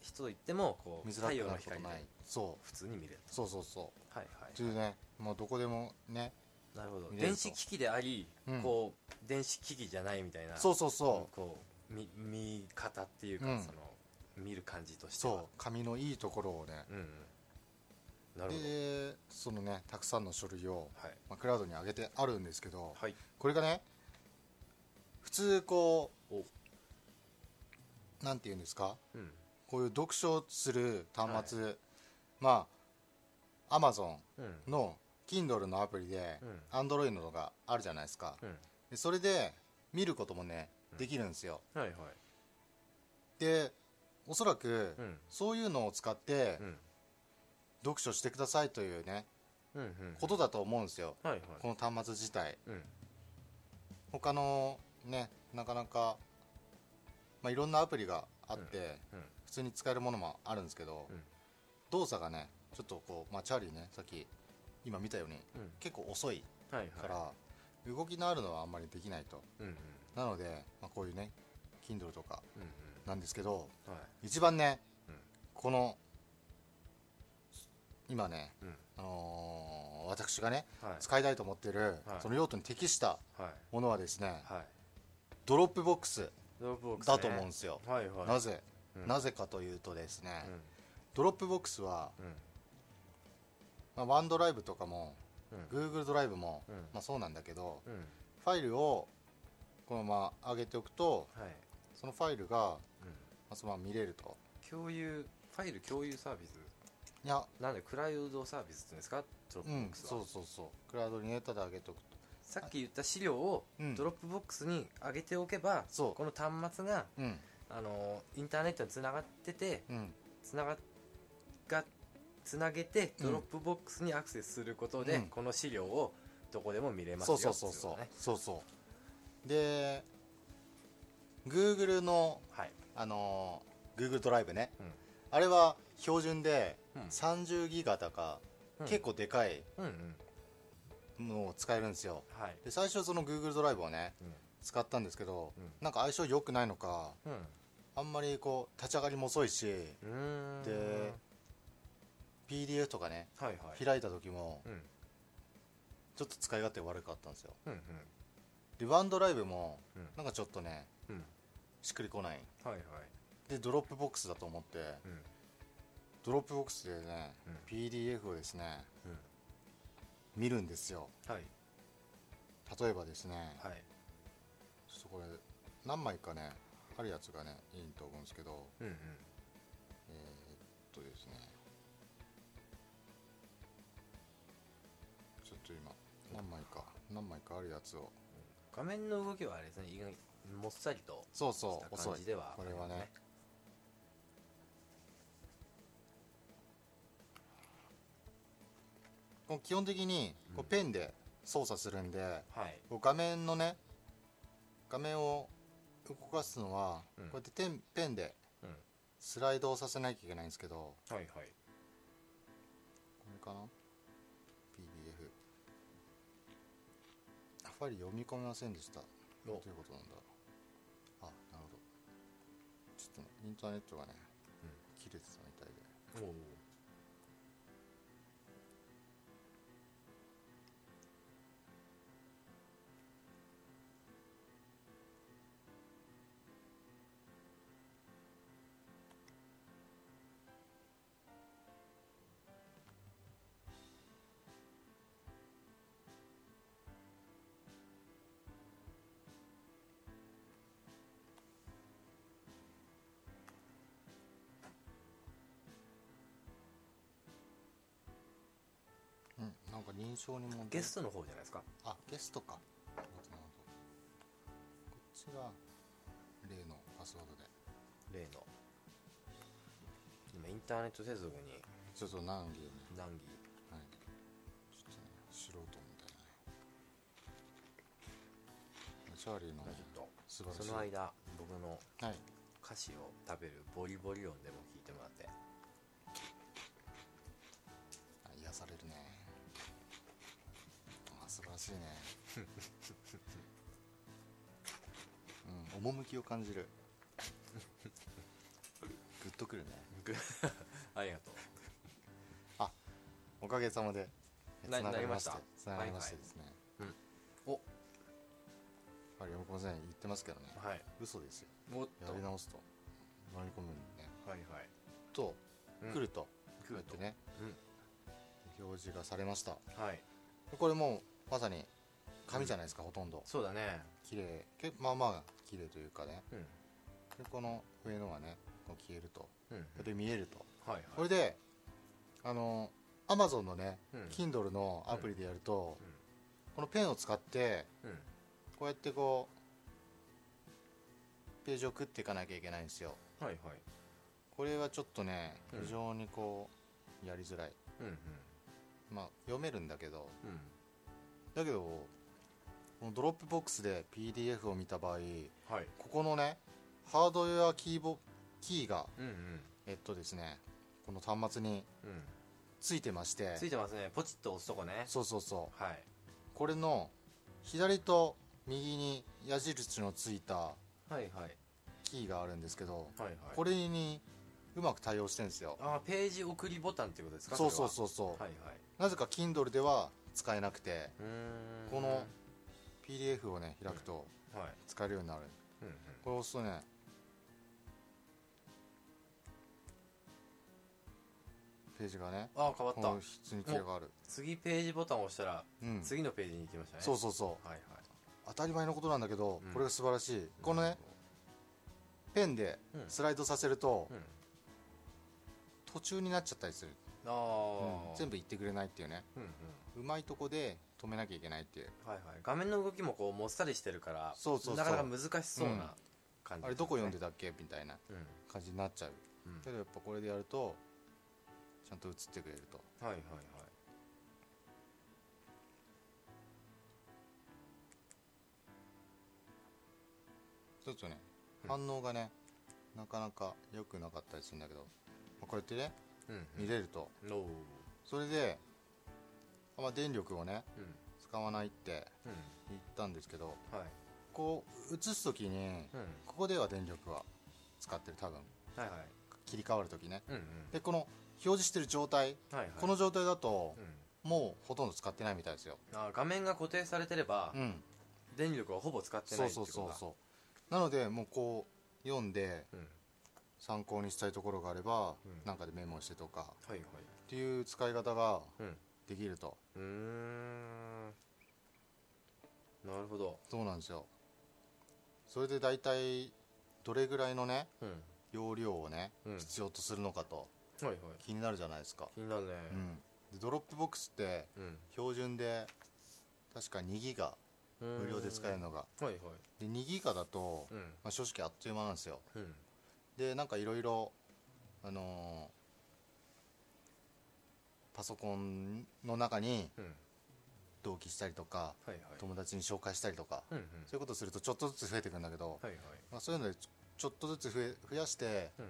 B: 外行ってもこう
C: 見づらく
B: 太陽
C: な
B: の
C: ること
B: 光で
C: ないそう
B: 普通に見れる
C: そうそうそ
B: はいは
C: うというねもうどこでもね
B: いなるほど
C: 見れると
B: 電子機器であり、
C: うん
B: こう電子機器じゃないみたいな
C: そうそうそう
B: こう見見方っていうか、
C: うん
B: その見る感じとしては
C: そう紙のいいところをね
B: うん、なるほど、
C: でそのねたくさんの書類を、
B: はい
C: まあ、クラウドに上げてあるんですけど、
B: はい
C: これがね普通こ
B: お
C: うなんていうんですか
B: うん
C: こういう読書する端末、まあアマゾ
B: うん
C: ンの Kindle のアプリで
B: うん
C: Android のがあるじゃないですか、
B: うん
C: でそれで見ることもねできるんですよ、
B: はいはい
C: でおそらく、
B: うん
C: そういうのを使って
B: うん
C: 読書してくださいというね、
B: うんうん
C: ことだと思うんですよ、
B: はいはい
C: この端末自体
B: うん
C: 他のねなかなか、まあ、いろんなアプリがあって、
B: うん
C: 普通に使えるものもあるんですけど、
B: うん
C: 動作がねちょっとこう、まあ、チャーリーねさっき今見たように
B: うん
C: 結構遅い
B: はいはい
C: から、動きのあるのはあんまりできないと
B: うんうん
C: なので、まあ、こういうね Kindle とか
B: うん
C: なんですけど
B: はい
C: 一番ね、
B: うん
C: この今ね、
B: うん
C: あのー私がね
B: はい
C: 使いたいと思ってる、
B: はい
C: その用途に適した
B: はい
C: ものはですね
B: はい
C: ドロップボックス
B: ドロップボックスね
C: だと思うんですよ、
B: はいはい
C: なぜ、
B: うん
C: なぜかというとですね、
B: う
C: ドロップボックスは、
B: んうん
C: まあ、ワンドライブとかも
B: うん
C: Google ドライブも、
B: うん
C: まあ、そうなんだけど
B: うん
C: ファイルをこのまま上げておくと
B: はい
C: そのファイルが、
B: うん
C: まあ、そのまま見れると
B: 共有ファイル共有サービス
C: いや
B: なんでクラウドサービスって言うんですかドロップボ
C: う
B: ッ
C: ん
B: クスは、
C: そうそうそうクラウドにネタで上げておくと
B: さっき言った資料を
C: うん
B: ドロップボックスに上げておけば、
C: そう
B: この端末が
C: うん
B: あのインターネットにつながってて
C: うん
B: つなががつなげて
C: うん
B: ドロップボックスにアクセスすることで、
C: うん
B: この資料をどこでも見れます
C: そ
B: よ
C: うそうそう
B: っ
C: そ
B: ていうことね
C: そうそうで Google の
B: はい
C: あのー Google ドライブね、
B: うん
C: あれは標準で
B: うん
C: 30ギガだか、
B: うん
C: 結構でかい
B: うんうん
C: のを使えるんですよ
B: はい
C: で最初その Google ドライブをね
B: うん
C: 使ったんですけど、
B: うん
C: なんか相性良くないのか
B: うん
C: あんまりこう立ち上がりも遅いし
B: うーん
C: で PDF とかね
B: はいはい
C: 開いた時も
B: うん
C: ちょっと使い勝手悪かったんですよ
B: うんうん
C: でワンドライブも
B: うん
C: なんかちょっとね
B: うん
C: しっくりこない
B: はいはい
C: でドロップボックスだと思って
B: うん
C: ドロップボックスでね、
B: うん
C: PDF をですね
B: うん
C: 見るんですよ
B: はい
C: 例えばですね、
B: はい
C: ちょっとこれ何枚かねあるやつがねいいと思うんですけど
B: うんうん
C: えーっとですねちょっと今何枚か何枚かあるやつを
B: 画面の動きはあれですね意外にもっさりと
C: そう
B: し
C: そう
B: た
C: 遅
B: 感
C: い
B: じではあ
C: こ
B: り
C: れ
B: ま
C: は
B: す
C: ねこう基本的にこうペンで操作するんで、
B: はい
C: こう画面のね画面を動かすのは、
B: うん
C: こうやってペンペンで
B: うん
C: スライドをさせなきゃいけないんですけど
B: はいはい
C: これかな PDF あファイル読み込めませんでした
B: お
C: どういうことなんだろうあなるほどちょっとねインターネットがね、切れてたみたいで
B: おお
C: うんなんか認証にも
B: ゲストの方じゃないですか
C: あゲストかなるほどなるほどこっちが例のパスワードで
B: 例の今インターネット接続に
C: ちょっと難儀に、
B: 難儀
C: はい、ちょっとね素人みたいなねチャーリーの
B: まあちょっ
C: 素晴
B: と
C: らしい
B: その間僕の
C: はい
B: 歌詞を食べるボリボリ音でも聞いてもらって
C: あ癒されるねあ素晴らしいねうん 趣を感じるグッとくるね
B: ぐありがとう
C: おかげさまで
B: な
C: 繋がりまして
B: なりました
C: つながりましてですね、
B: はいはい
C: おやっぱり横線言ってますけどね
B: はい
C: 嘘ですよ
B: もっ
C: やり直すと乗り込むんでね
B: はい
C: と、
B: うん
C: 来るとこう
B: 来
C: や
B: る
C: っ
B: と
C: てね表示がされました
B: はいはい
C: これもうまさに紙じゃないですか、ほとんど
B: そうだね
C: 綺麗けまあまあ綺麗というかね
B: うん
C: でこの上のはねこう消えると
B: うん
C: これで見えると、
B: はいはい
C: これであの Amazon のね、
B: うん
C: Kindle のアプリでやると、
B: うん
C: このペンを使って
B: うん
C: こうやってこうページを食っていかなきゃいけないんですよ
B: はいはい
C: これはちょっとね
B: うん
C: 非常にこうやりづらい、
B: うんうん
C: まあ読めるんだけど
B: うん
C: だけどこのドロップボックスで PDF を見た場合
B: はい
C: ここのねハードウェアキーボキーが
B: うんうん
C: えっとですねこの端末に
B: うん
C: ついてまして
B: ついてますねポチッと押すとこね
C: そうそうそう
B: はい
C: これの左と右に矢印のついた
B: はいはい
C: キーがあるんですけど、
B: はいはい
C: これにうまく対応してるんですよ
B: あーページ送りボタンっていうことですか
C: そうそう
B: う
C: そうそう、
B: はいはい
C: なぜか Kindle では使えなくて
B: うーん
C: この PDF をね開くと
B: はい、
C: 使えるようになる、
B: うんうん、
C: これ押すとねページがね
B: ああ変わっ
C: こ
B: た
C: の質にキレがある、
B: 次ページボタンを押したら
C: うん、
B: 次のページに行きましたね
C: そうそうそう
B: はいはい
C: 当たり前のことなんだけど、
B: うん
C: これが素晴らしいこのねペンで
B: うん
C: スライドさせると、
B: うん
C: 途中になっちゃったりする、
B: ああ、
C: うん全部言ってくれないっていうね
B: うんうん
C: うまいとこで止めなきゃいけないっていう
B: はいはい、画面の動きもこうもっさりしてるから
C: そうそうそ
B: な
C: う
B: かなか難しそうな感じ、
C: あれどこ読んで
B: た、
C: たっけみたいな
B: うん
C: 感じになっちゃう
B: うん
C: けどやっぱこれでやるとちゃんと映ってくれると
B: はいはいはい
C: ちょっとね
B: うん
C: 反応がねなかなか良くなかったりするんだけど、まあこうやってね
B: うん
C: 見れると
B: うんおー
C: それで、あまあ、電力をね
B: うん
C: 使わないって
B: う
C: 言ったんですけど
B: んはい
C: こう映す時に
B: うん
C: ここでは電力は使ってる多分
B: はいはい
C: 切り替わる時ね
B: うんうん
C: でこの表示してる状態
B: はいはい
C: この状態だと
B: うん
C: もうほとんど使ってないみたいですよ
B: あー画面が固定されてれば、
C: うん
B: 電力はほぼ使ってな
C: そ
B: いうって
C: そ
B: こと
C: うそう
B: だ
C: そうなのでもうこう読んで
B: うん
C: 参考にしたいところがあれば、
B: うん
C: なんかでメモしてとか
B: はいはい
C: っていう使い方が
B: うん
C: できると、
B: うーんなるほど
C: そうなんですよそれで大体どれぐらいのね
B: うん
C: 容量をね、
B: うん
C: 必要とするのかと
B: はいはい
C: 気になるじゃないですか、
B: 気になるね
C: うんでドロップボックスって
B: うん、
C: 標準で確か2ギガ
B: うん、
C: 無料で使えるのが、
B: はいはい
C: で2ギガだと、
B: うん
C: まあ、正直あっという間なんですよ
B: うん
C: でなんかいろいろあのーパソコンの中に
B: うん
C: 同期したりとか
B: はいはい
C: 友達に紹介したりとか、
B: うんうん
C: そういうことするとちょっとずつ増えてくるんだけど、
B: はいはい
C: まあ、そういうのでちょちょっとずつ増え増やして、
B: うん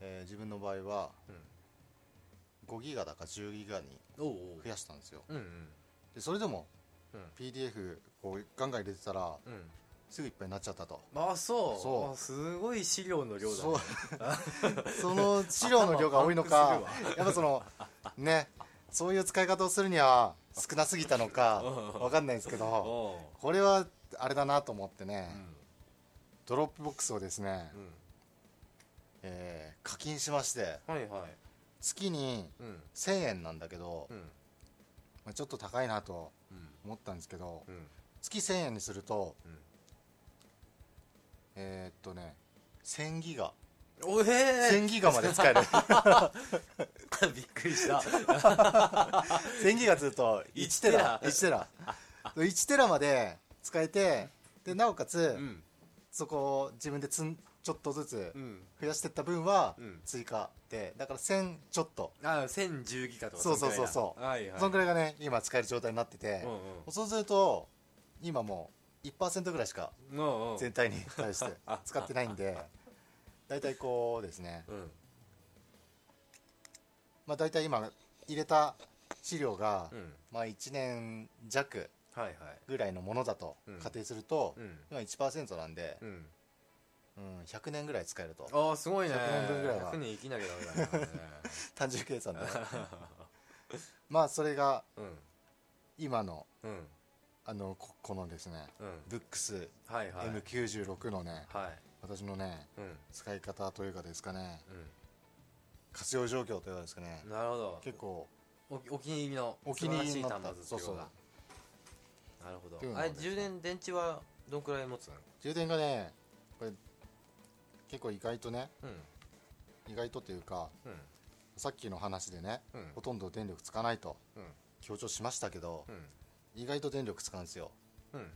C: えー自分の場合は
B: うん
C: 5ギガだか10ギガに
B: おうおう
C: 増やしたんですよ
B: うんうん
C: でそれでも
B: うん
C: PDF こうガンガン入れてたら
B: うん
C: すぐいっぱいになっちゃったと
B: あそう
C: そう
B: あすごい資料の量だ
C: そう
B: ね
C: その資料の量が多いのか
B: 頭パン
C: やっぱそのねそういう使い方をするには少なすぎたのかわかんないですけど
B: おう
C: これはあれだなと思ってね、
B: うん
C: ドロップボックスをですね、
B: うん
C: えー課金しまして
B: はいはい
C: 月に
B: うん
C: 1000円なんだけど、
B: うん
C: まあ、ちょっと高いなと
B: うん
C: 思ったんですけど、
B: うん
C: 月1000円にすると、
B: うん
C: えーっとね1000ギガ
B: おへえ
C: 1000ギガまで 使える
B: びっくり した
C: 1000ギガすると1テラ1
B: 1
C: テラ1テラまで使えてでなおかつ、
B: うん
C: そこを自分でつんちょっとずつ
B: うん
C: 増やしてった分は
B: うん
C: 追加でだから1000ちょっと、
B: あ1010ギガとか
C: そうそうそうそ
B: そん
C: う
B: くらいだはいはい
C: そのく
B: らい
C: らいがね今使える状態になってて、
B: うん
C: そうすると今もう1%ぐらいしか
B: うんうんうん
C: 全体に 対して使ってないんで大体こうですね、
B: うん
C: まあ、大体今入れた資料が、
B: うん
C: まあ、1年弱
B: はいはい
C: ぐらいのものだと
B: うん
C: 仮定すると、
B: うん
C: 今1%なんで、
B: うん
C: うん、100年ぐらい使えると
B: ああすごいね
C: 100年分ぐらいは
B: 100年生きなきゃダメだね
C: 単純計算で まあそれが
B: うん
C: 今の
B: うん
C: あのここのですね
B: うん
C: ブックス
B: はいはい
C: M96 のね
B: はい
C: 私のね
B: うん
C: 使い方というかですかね
B: う
C: 活用状況というかですかね
B: んなるほど
C: 結構
B: おお気に入りの
C: お気に入り
B: 素晴
C: になった
B: らしい端末っていうのがなるほ
C: っていう
B: どあ
C: のは
B: れ
C: ですね
B: 充電電池はどんくらい持つの
C: 充電がねこれ結構意外とね
B: うん
C: 意外とというか
B: うん
C: さっきの話でね、
B: うん
C: ほとんど電力使わないと
B: うん
C: 強調しましたけど、
B: うん
C: 意外と電力使うんですよ
B: うんうん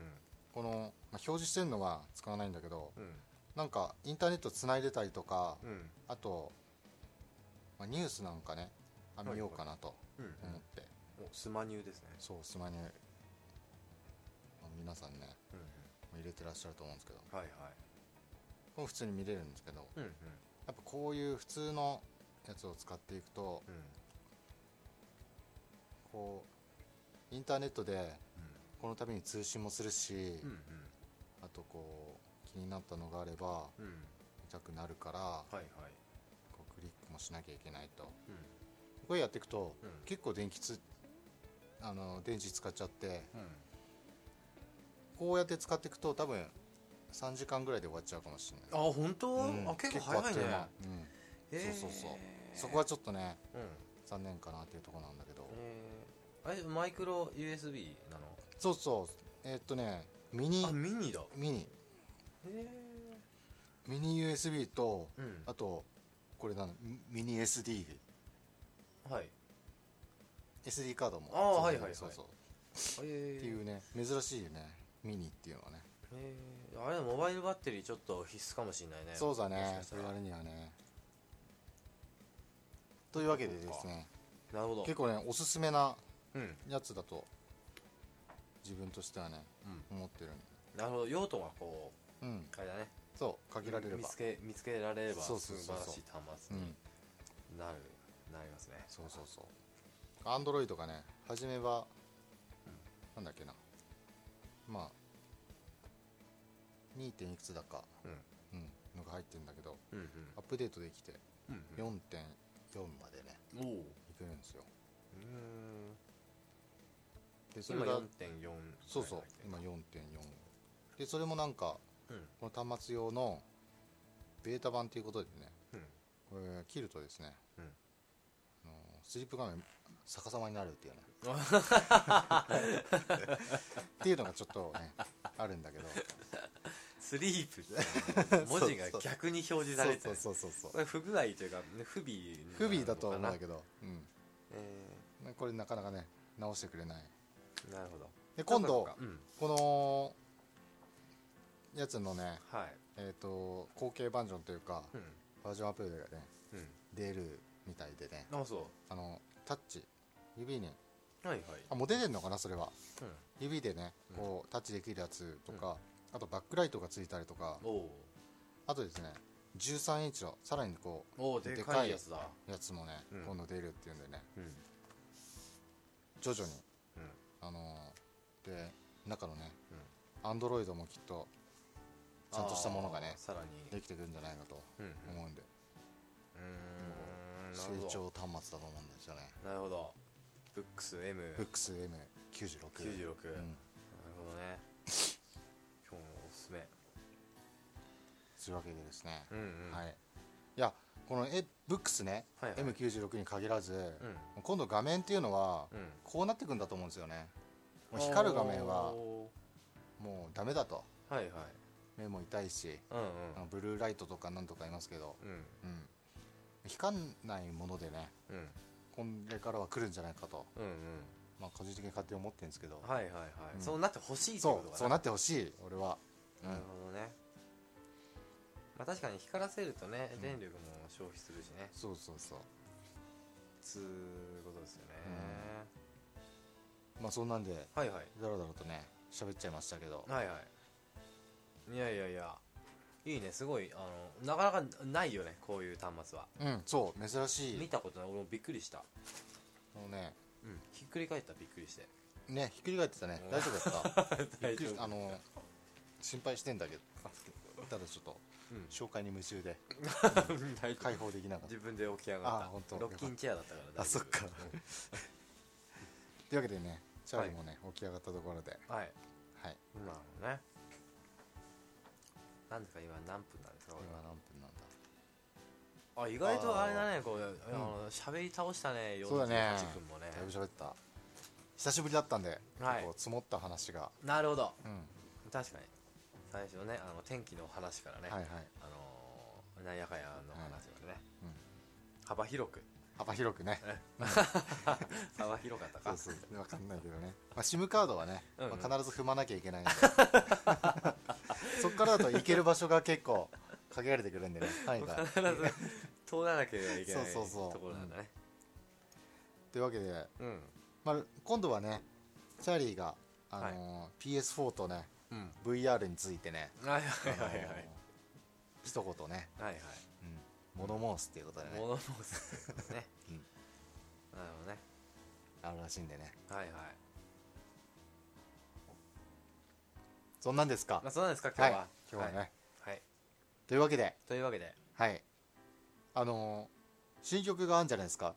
C: この、まあ表示してるのは使わないんだけど
B: うん
C: なんかインターネットつないでたりとか、
B: うん
C: あと、まあ、ニュースなんかねあ
B: はい
C: 見ようかなと
B: うん
C: 思って、
B: おスマニューですね
C: そうスマニュ、まあ皆さんね
B: うんうん
C: 入れてらっしゃると思うんですけど
B: はいはい
C: これ普通に見れるんですけど
B: うんうん
C: やっぱこういう普通のやつを使っていくと
B: うん
C: こうインターネットでこのために通信もするし、
B: うん
C: あとこう気になったのがあれば
B: うんうん
C: たくなるから
B: はいはい
C: こうクリックもしなきゃいけないと
B: うん
C: これやっていくと、
B: うん
C: 結構電気つあの電池使っちゃってこうやって使っていくと多分3時間ぐらいで終わっちゃうかもしれ
B: あ
C: ない
B: 本当、
C: うん
B: あ結構早いね
C: 結あっという間うん
B: えー
C: そうそうそうそこはちょっとね
B: うん
C: 残念かなっていうところなんだけど
B: えー、あれマイクロ USB なの
C: そうそうえーっとねミニ
B: あミニだ
C: ミニ
B: へえ
C: ミニ USB と
B: うん
C: あとこれなのミニ SD で
B: はい
C: SD カードも
B: あー
C: そう
B: はいはいはい
C: そうそう
B: えー、
C: っていうね珍しいよねミニっていうのはね
B: えーあれモバイルバッテリーちょっと必須かもしれないね
C: そうだ
B: もし
C: ね
B: かした
C: そう
B: ら
C: 言われにはねというわけでですね
B: なるほど
C: 結構ねおすすめな
B: うん
C: やつだと自分としてはね、思ってる
B: なるほど用途がこ
C: んうん
B: うあれだね
C: そう限られれ
B: 見
C: ば
B: つけ見つけられれば
C: そうそうそうそ
B: 素晴ら
C: う
B: しい端
C: う
B: 末に
C: ん
B: なる、なりますね
C: そうそうそうアンドロイドがね初めは、なんだっけなまあ 2. 点いくつだか、
B: うん
C: うん、のが入ってるんだけど
B: うん
C: アップデートできて
B: うん
C: 4.4までね
B: うんおおう
C: いけるんですよ
B: ーん
C: でそれ
B: 今
C: が
B: 4.4
C: そうそう今4.4でそれもなんか
B: うん
C: この端末用のベータ版ということでね
B: うん
C: これ切るとですね、
B: うん
C: あのスリップ画面逆さまになるっていう ねっていうのがちょっとねあるんだけど
B: スリープっていう文字が逆に表示されて
C: そう
B: る
C: そうそうそう
B: これ不具合というかね不備
C: 不備だと思うんだ
B: ど、
C: けど、
B: え
C: うん、これなかなかね直してくれない
B: ーなるほど
C: で今
B: そう
C: 度
B: かうん
C: このやつのね
B: はい
C: えっ、と後継バージョンというか、
B: うん
C: バージョンアップデートがね
B: う
C: 出るみたいでね
B: んあそ
C: あのタッチ指に
B: うはいはい
C: あもう出てんのかなそれは
B: うん
C: 指でね
B: うん
C: こうタッチできるやつとか、あとバックライトがついたりとか
B: おう
C: あとですね13インチのさらにこ
B: おうでかいやつだ
C: うやつもね、
B: うん
C: 今度出るっていうんでね
B: うんうん
C: 徐々にあのーで中のねアンドロイドもきっとちゃんとしたものがね
B: あーさらに
C: できてくるんじゃないかと
B: うんうんう
C: 思うんで、
B: ーんなる
C: 成
B: ほど
C: 長端末だと思うんですよね
B: なるほどブックス M
C: ブックス M96
B: 96、
C: う
B: なる
C: ん、
B: ほどね今日のおすすめ
C: そういうわけでですね、
B: うんうん、
C: はいいいやこのえブックスね、
B: はいはい
C: M96 に限らず、
B: うん
C: 今度画面っていうのは、
B: うん
C: こうなってくんだと思うんですよねもう光る画面は
B: お
C: もうダメだと
B: ーはいはい
C: 目も痛いし、
B: うんうん
C: あのブルーライトとかなんとか言いますけど、
B: うん
C: うん、光んないものでね
B: うん
C: これからは来るんじゃないかと、
B: うん
C: まあ、個人的に勝手に思ってるんですけど、
B: うんはいはいはい、
C: うん
B: そうなってほしいってこ
C: そ
B: と
C: う
B: か
C: そうなってほしい俺は、うん
B: なるほどね、まあ、確かに光らせるとね
C: ん
B: 電力も消費するしね、
C: そうそうそう
B: つうことですよね、
C: まあそんなんで
B: はいはい
C: だらだらとね喋っちゃいましたけど、
B: はいはいいやいやいやいいねすごいあのなかなかないよねこういう端末は
C: うんそう珍しい
B: 見たことない俺もびっくりした、
C: あのね
B: うん、ひっくり返ったびっくりして
C: ねひっくり返ってたね大丈夫だ ったびっくりしたあ
B: あ
C: の心配してんだけどただちょっと
B: うん
C: 紹介に夢中で
B: 大丈夫
C: 解放できなかった
B: 自分で起き上
C: あ
B: が
C: 本
B: っ
C: 当
B: たロッキンチェアだったから
C: あそっかというわけでねチャーリー
B: はい
C: もね、起き上がったところで
B: はい
C: はい
B: なるほどねなんですか今何分なんですか
C: 今
B: これは
C: 何分なんだ
B: あ意外とあれだねこうあの喋り倒したね48
C: そうだね
B: 分もね
C: だいぶ喋った久しぶりだったんで、
B: はい
C: 結構積もった話が、
B: なるほど
C: うん、
B: 確かに最初ねあの天気の話からね、
C: はいはい、
B: あのーなんやかんやの話までね、
C: うん、
B: 幅広く
C: 幅広くね
B: 幅広かったか
C: そうそう分かんないけどね、まあ、SIM カードはね、
B: うんうん
C: まあ、必ず踏まなきゃいけないんで そっからだと行ける場所が結構限られてくるん でね範囲が
B: 必ず通らなければいけない
C: そうそうそう
B: ところなんだね
C: というわけで、
B: うん、
C: まあ、今度はねチャーリーが、あのー PS4 とね
B: うん
C: VR についてね、
B: はいはい
C: あの
B: はい
C: ー
B: はい
C: 一言ね、
B: はいはい
C: うん、物申すっていうことでね
B: 物申すってことね、
C: うん
B: なるほどね
C: あるらしいんでね
B: はいはい
C: そんなんですか
B: まあそうなんですか今
C: は
B: 日
C: い
B: は
C: 今日はね、
B: はい
C: というわけで、
B: というわけで
C: はい。あのー新曲があるんじゃないですか。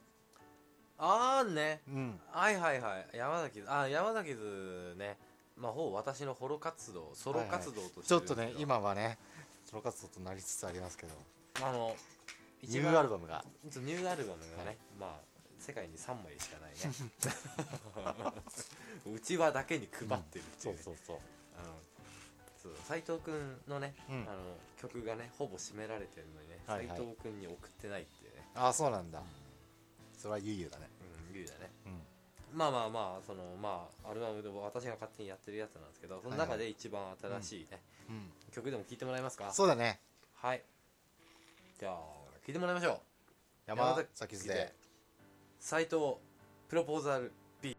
B: あーね
C: うん。
B: はいはいはい山崎あ山崎図ねまあほぼ私のホロ活動ソロ活動として
C: ちょ
B: るんで
C: っ
B: すけど、
C: とね、今はね、ソロ活動となりつつありますけど、
B: あの
C: ニューアル
B: バ
C: バムが。
B: ムニューアルバムがね、
C: はい
B: まあ世界に3枚しかないね うちわだけに配ってるっていう,、ね
C: うそう。
B: あのそう斉藤君のね、
C: うん
B: あの曲がねほぼ占められてるのにね、
C: はいはい
B: 斉藤君に送ってないっていうね、
C: ああ、そうなんだ。それはゆうゆうだね。
B: うん、理由だね
C: うん。
B: まあまあまあそのまあアルバムでも私が勝手にやってるやつなんですけどその中で一番新しいね、
C: うん、
B: 曲でも聴いてもらえますか
C: そうだね。
B: はいじゃあ聴いてもらいましょう
C: 山崎図で。
B: 斎藤プロポーザル B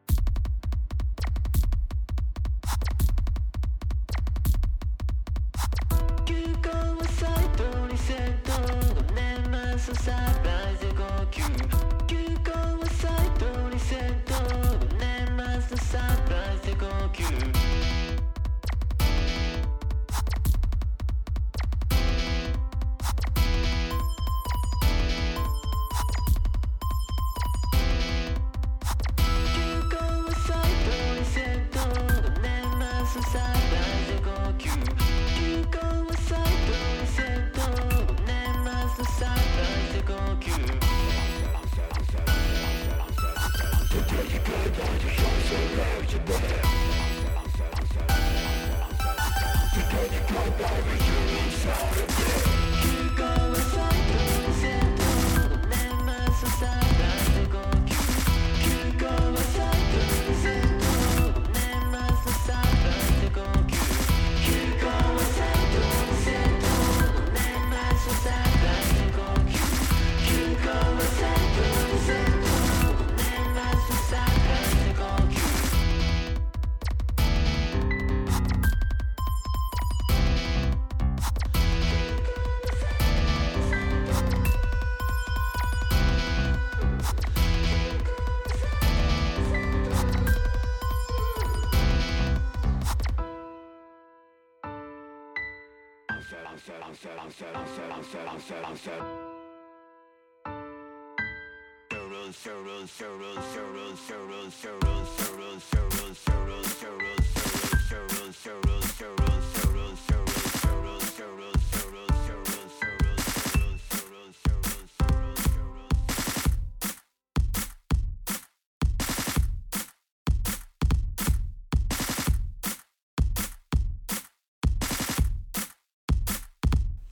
E: 休暇はサイトリセット年末サプライズ号泣休暇はサイトリセット年末サプライズ号泣休暇はサイトリセット年末サプライズ号泣休暇はサイトリセット年末サプライズ号泣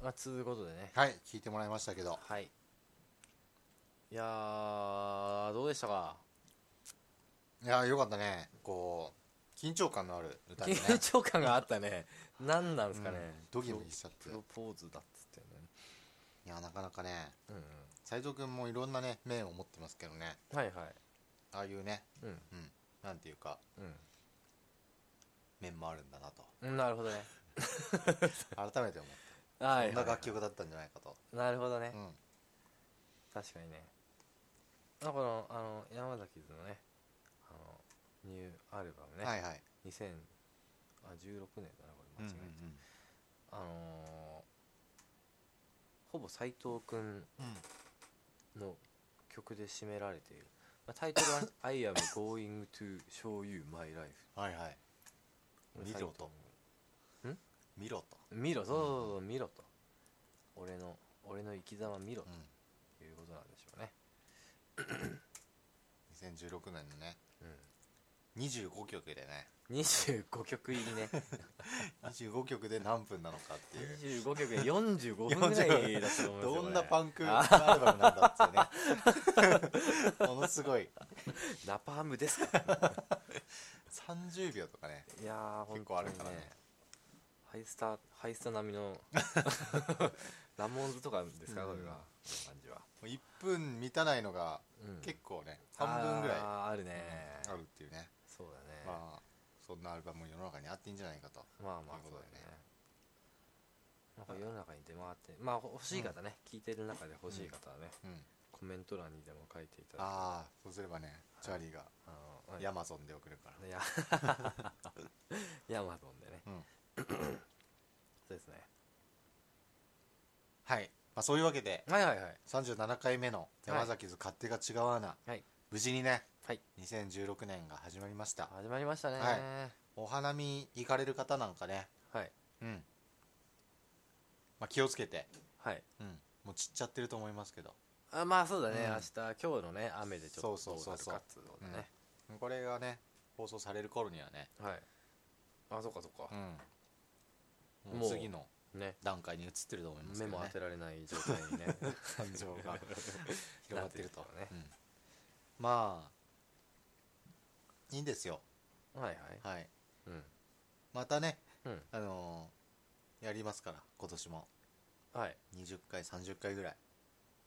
B: まあつうことでね
C: はい、聞いてもらいましたけど。
B: はいいやーどうでしたか
C: いやー、よかったね。こう、緊張感のある歌でね。
B: 緊張感があったね何なんですかね、
C: うんドキドキしちゃって
B: プロポーズだっつってね
C: いやー、なかなかね、
B: うんうん
C: 斉藤君もいろんなね、面を持ってますけどね。
B: はいはい
C: ああいうね、
B: うん
C: うん、なんていうか、面もあるんだ なと。
B: うんなるほどね
C: 改めて思う。
B: はい
C: こんな楽曲だったんじゃないかと。
B: なるほどね、
C: うん。
B: 確かにねあこのあの山崎図のねあのニューアルバムね、
C: はいはい。
B: 2016年だなこれ間違えた、あのーほぼ斎藤君の曲で締められている、まあ、タイトル はね「I am going to show you my life
C: はいはい。」見ろと。見ろと。
B: 見ろそうそうそう見ろと俺の俺の生き様見ろ
C: うん。
B: ということなんでしょうね、
C: 2016年のね、
B: う
C: 25曲 でね、
B: ん、25曲入りね
C: 25曲で何分なのかっていう。
B: 25曲で45分ぐらいだと思いますよ
C: どんな
B: これ
C: パンクアルバムなんだっていうね。も のすごい。
B: ラパームですか
C: 30秒とかね。
B: いやー
C: 結構あるか
B: 本当
C: らね
B: にハイスタハイスタ並みの ラモンズとかですかこれがこの感じは、
C: 1分満たないのが
B: うん
C: 結構ね、半分ぐらいあ
B: あーあるね、
C: るっていうね。
B: そうだね、ま
C: まあ、そんなアルバムも世の中にあっていいんじゃないかと。
B: あ、まあまあ
C: と
B: そ
C: い
B: うう
C: こと
B: だ
C: でね
B: ねなんか世の中に出回ってまあ欲しい方ね、聞いてる中で欲しい方はね、
C: うん。
B: コメント欄にでも書いていただいて
C: ああ、そうすればね、チャーリーが
B: あの
C: ヤマゾンで送るから。
B: いや ヤマトンでね、
C: うん
B: そうですね
C: はい、まあ、そういうわけで
B: はいはいはい
C: 37回目の「山崎図勝手が違う穴」
B: はい
C: 無事にね
B: はい
C: 2016年が始まりました
B: 始まりましたね
C: はお花見行かれる方なんかね
B: はい
C: うん、まあ、気をつけて、
B: はい
C: うん、もう散っちゃってると思いますけど、
B: あまあそうだね、
C: うん
B: 明日今日のね雨でちょっと
C: そう
B: どう
C: そ
B: な
C: う
B: る
C: そうそう
B: かっつうのでね
C: うんこれがね放送される頃にはね、
B: はいあそうかそうか、
C: うん、もう次の
B: ね
C: 段階に移ってると思いますけ
B: 目
C: ど、ね、
B: も当てられない状態にね
C: 感 情が広がってると
B: なってるからね
C: うんまあいいんですよ
B: はいはい
C: はい
B: うん
C: またね
B: うん
C: あのーやりますから今年も
B: はい
C: 20回30回ぐらい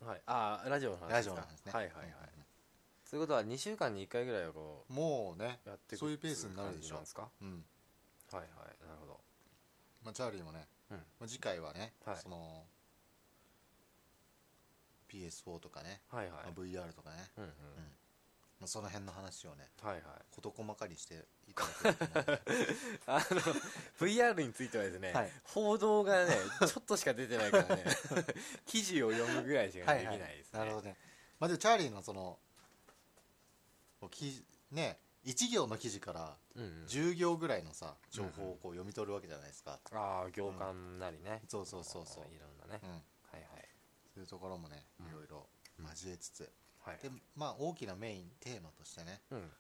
B: はいあーラジオの話
C: ラジオの話ね
B: はいはいはい、そういうことは2週間に1回ぐらいはこ
C: うんもうね
B: うやってく
C: そういうペースになるでし
B: 感じ
C: ょ
B: なんですか
C: うん、
B: はいはいなるほど
C: まあ、チャーリーもね、
B: うん
C: まあ次回はね、
B: はい
C: その PS4 とかね、
B: はいはい
C: まあ、VR とかね、
B: うんうん
C: まあ、その辺の話をね
B: はいはい
C: 事細かにしていただけると思うので
B: あの VR についてはですね、
C: はい
B: 報道が ねちょっとしか出てないから ね記事を読むぐら いしかできないですね、
C: なるほどね、まあ、でもチャーリーのそのこうきね1行の記事から
B: うんうん
C: 10行ぐらいのさ情報をこう読み取るわけじゃないですか、
B: ああ行間なりね、
C: そうそうそうそう
B: あーいろんなね、
C: うん
B: はいはい
C: そういうところもね
B: うん
C: いろいろ交えつつ、
B: はい
C: でまあ大きなメインテーマとしてね、
B: うん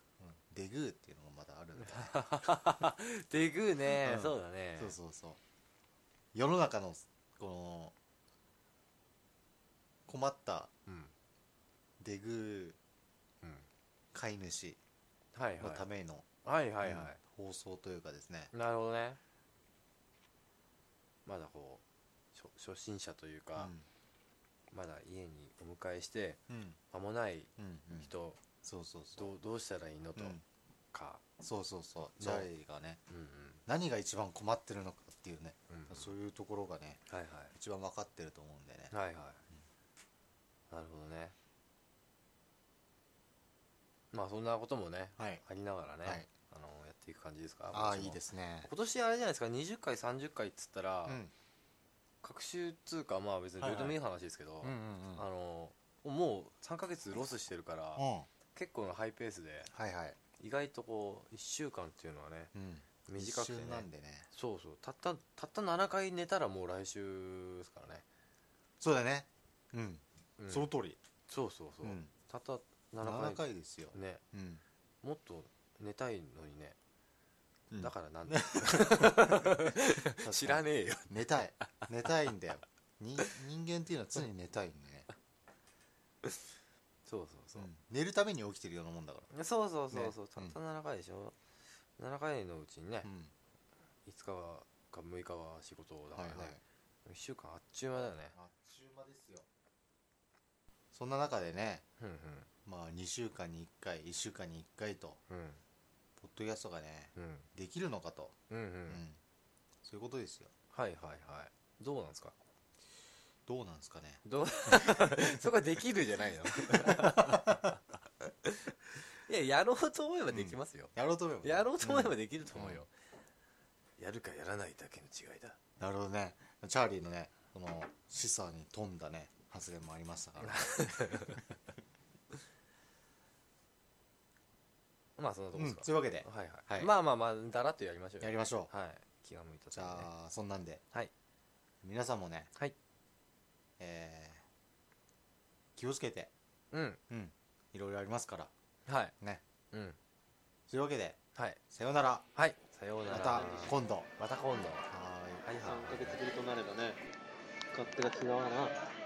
C: デグーっていうのがまだある んで、
B: でぐーね、
C: うん
B: そうだね
C: そうそうそう世の中のこの困った
B: うん
C: デグ
B: う
C: ー
B: ん
C: 飼い主
B: はい
C: の
B: はい
C: ための、
B: はいはいはい、
C: うん放送というかですね
B: なるほどねまだこう初初心者というか、まだ家にお迎えして
C: うんうん
B: 間もない
C: うんうん
B: 人、
C: そうそうそう
B: どうどうしたらいいのと
C: うん
B: か、
C: そうそうそうジ
B: そう
C: ャイがね
B: うん、うん
C: 何が一番困ってるのかっていうね、
B: うんうん
C: そういうところがね
B: はいは
C: 一番分かってると思うんでね
B: いはいはい、なるほどねまあそんなこともね、
C: はい
B: ありながらね、
C: はい
B: あのやっていく感じですか
C: ああ
B: 今年
C: い
B: も
C: いですね
B: 今年あれじゃないですか20回30回っつったら、
C: うん
B: 各週つうかまあ別にどうでもいい話ですけど、
C: うんうんうん
B: あのもう3ヶ月ロスしてるから、
C: うん
B: 結構なハイペースで
C: はいはい、
B: 意外とこう1週間っていうのはね
C: うん、
B: 短くてね
C: 一瞬なんでね
B: そうそうたったたった7回寝たらもう来週ですからね、
C: そうだねうん
B: うん
C: その通り、
B: そうそうそう、
C: うん
B: たった
C: 7
B: 7回
C: 回ですよ、
B: ね
C: うん
B: もっと寝たいのにねだからなん で、
C: ら
B: 知らねえよ
C: 寝たい寝たいんだよに人間っていうのは常に寝たいんでね、
B: そうそうそう、
C: 寝るために起きてるようなもんだか
B: そうそうそうそう、
C: ね
B: たった7回でしょ、7回のうちにね
C: ら、う、ん
B: 5日はか6日は仕事だか
C: は
B: ら
C: い
B: ね、
C: はい
B: 1週間あっちゅう間だよね
C: あっちゅう間ですよそんな中でね
B: うん
C: まあ2週間に1回1週間に1回と
B: うん
C: ポッドキャストがね
B: うんうん
C: できるのかと、
B: うんうん、
C: うんそういうことですよ
B: はいはいはいどうなんですか
C: どうなんですかね
B: どう そこはできるじゃないの いややろうと思えばできますよ、
C: やろうと思えばね
B: やろうと思えば
C: ん
B: できると思うよ、やるかやらないだけの違いだ
C: なるほどねチャーリーのねこの示唆に富んだね発言もありましたから
B: まあそんなとこです
C: うん
B: か、
C: そういうわけで
B: はいはい、
C: はい
B: まあまあまあだらっとやりましょうよ
C: やりましょう
B: はい気が向いた
C: じ
B: 時にね
C: ゃあそんなんで
B: はい
C: 皆さんもね、
B: はい
C: えー気をつけて、
B: うん
C: うん、いろいろありますから
B: はい
C: ね
B: うん
C: というわけで
B: はい
C: さようなら
B: はいさような
C: ま
B: ら
C: た今度は
B: また今度
C: ーい
B: はいはい
D: 3ヶ月ぶりとなればね、勝手が違うな。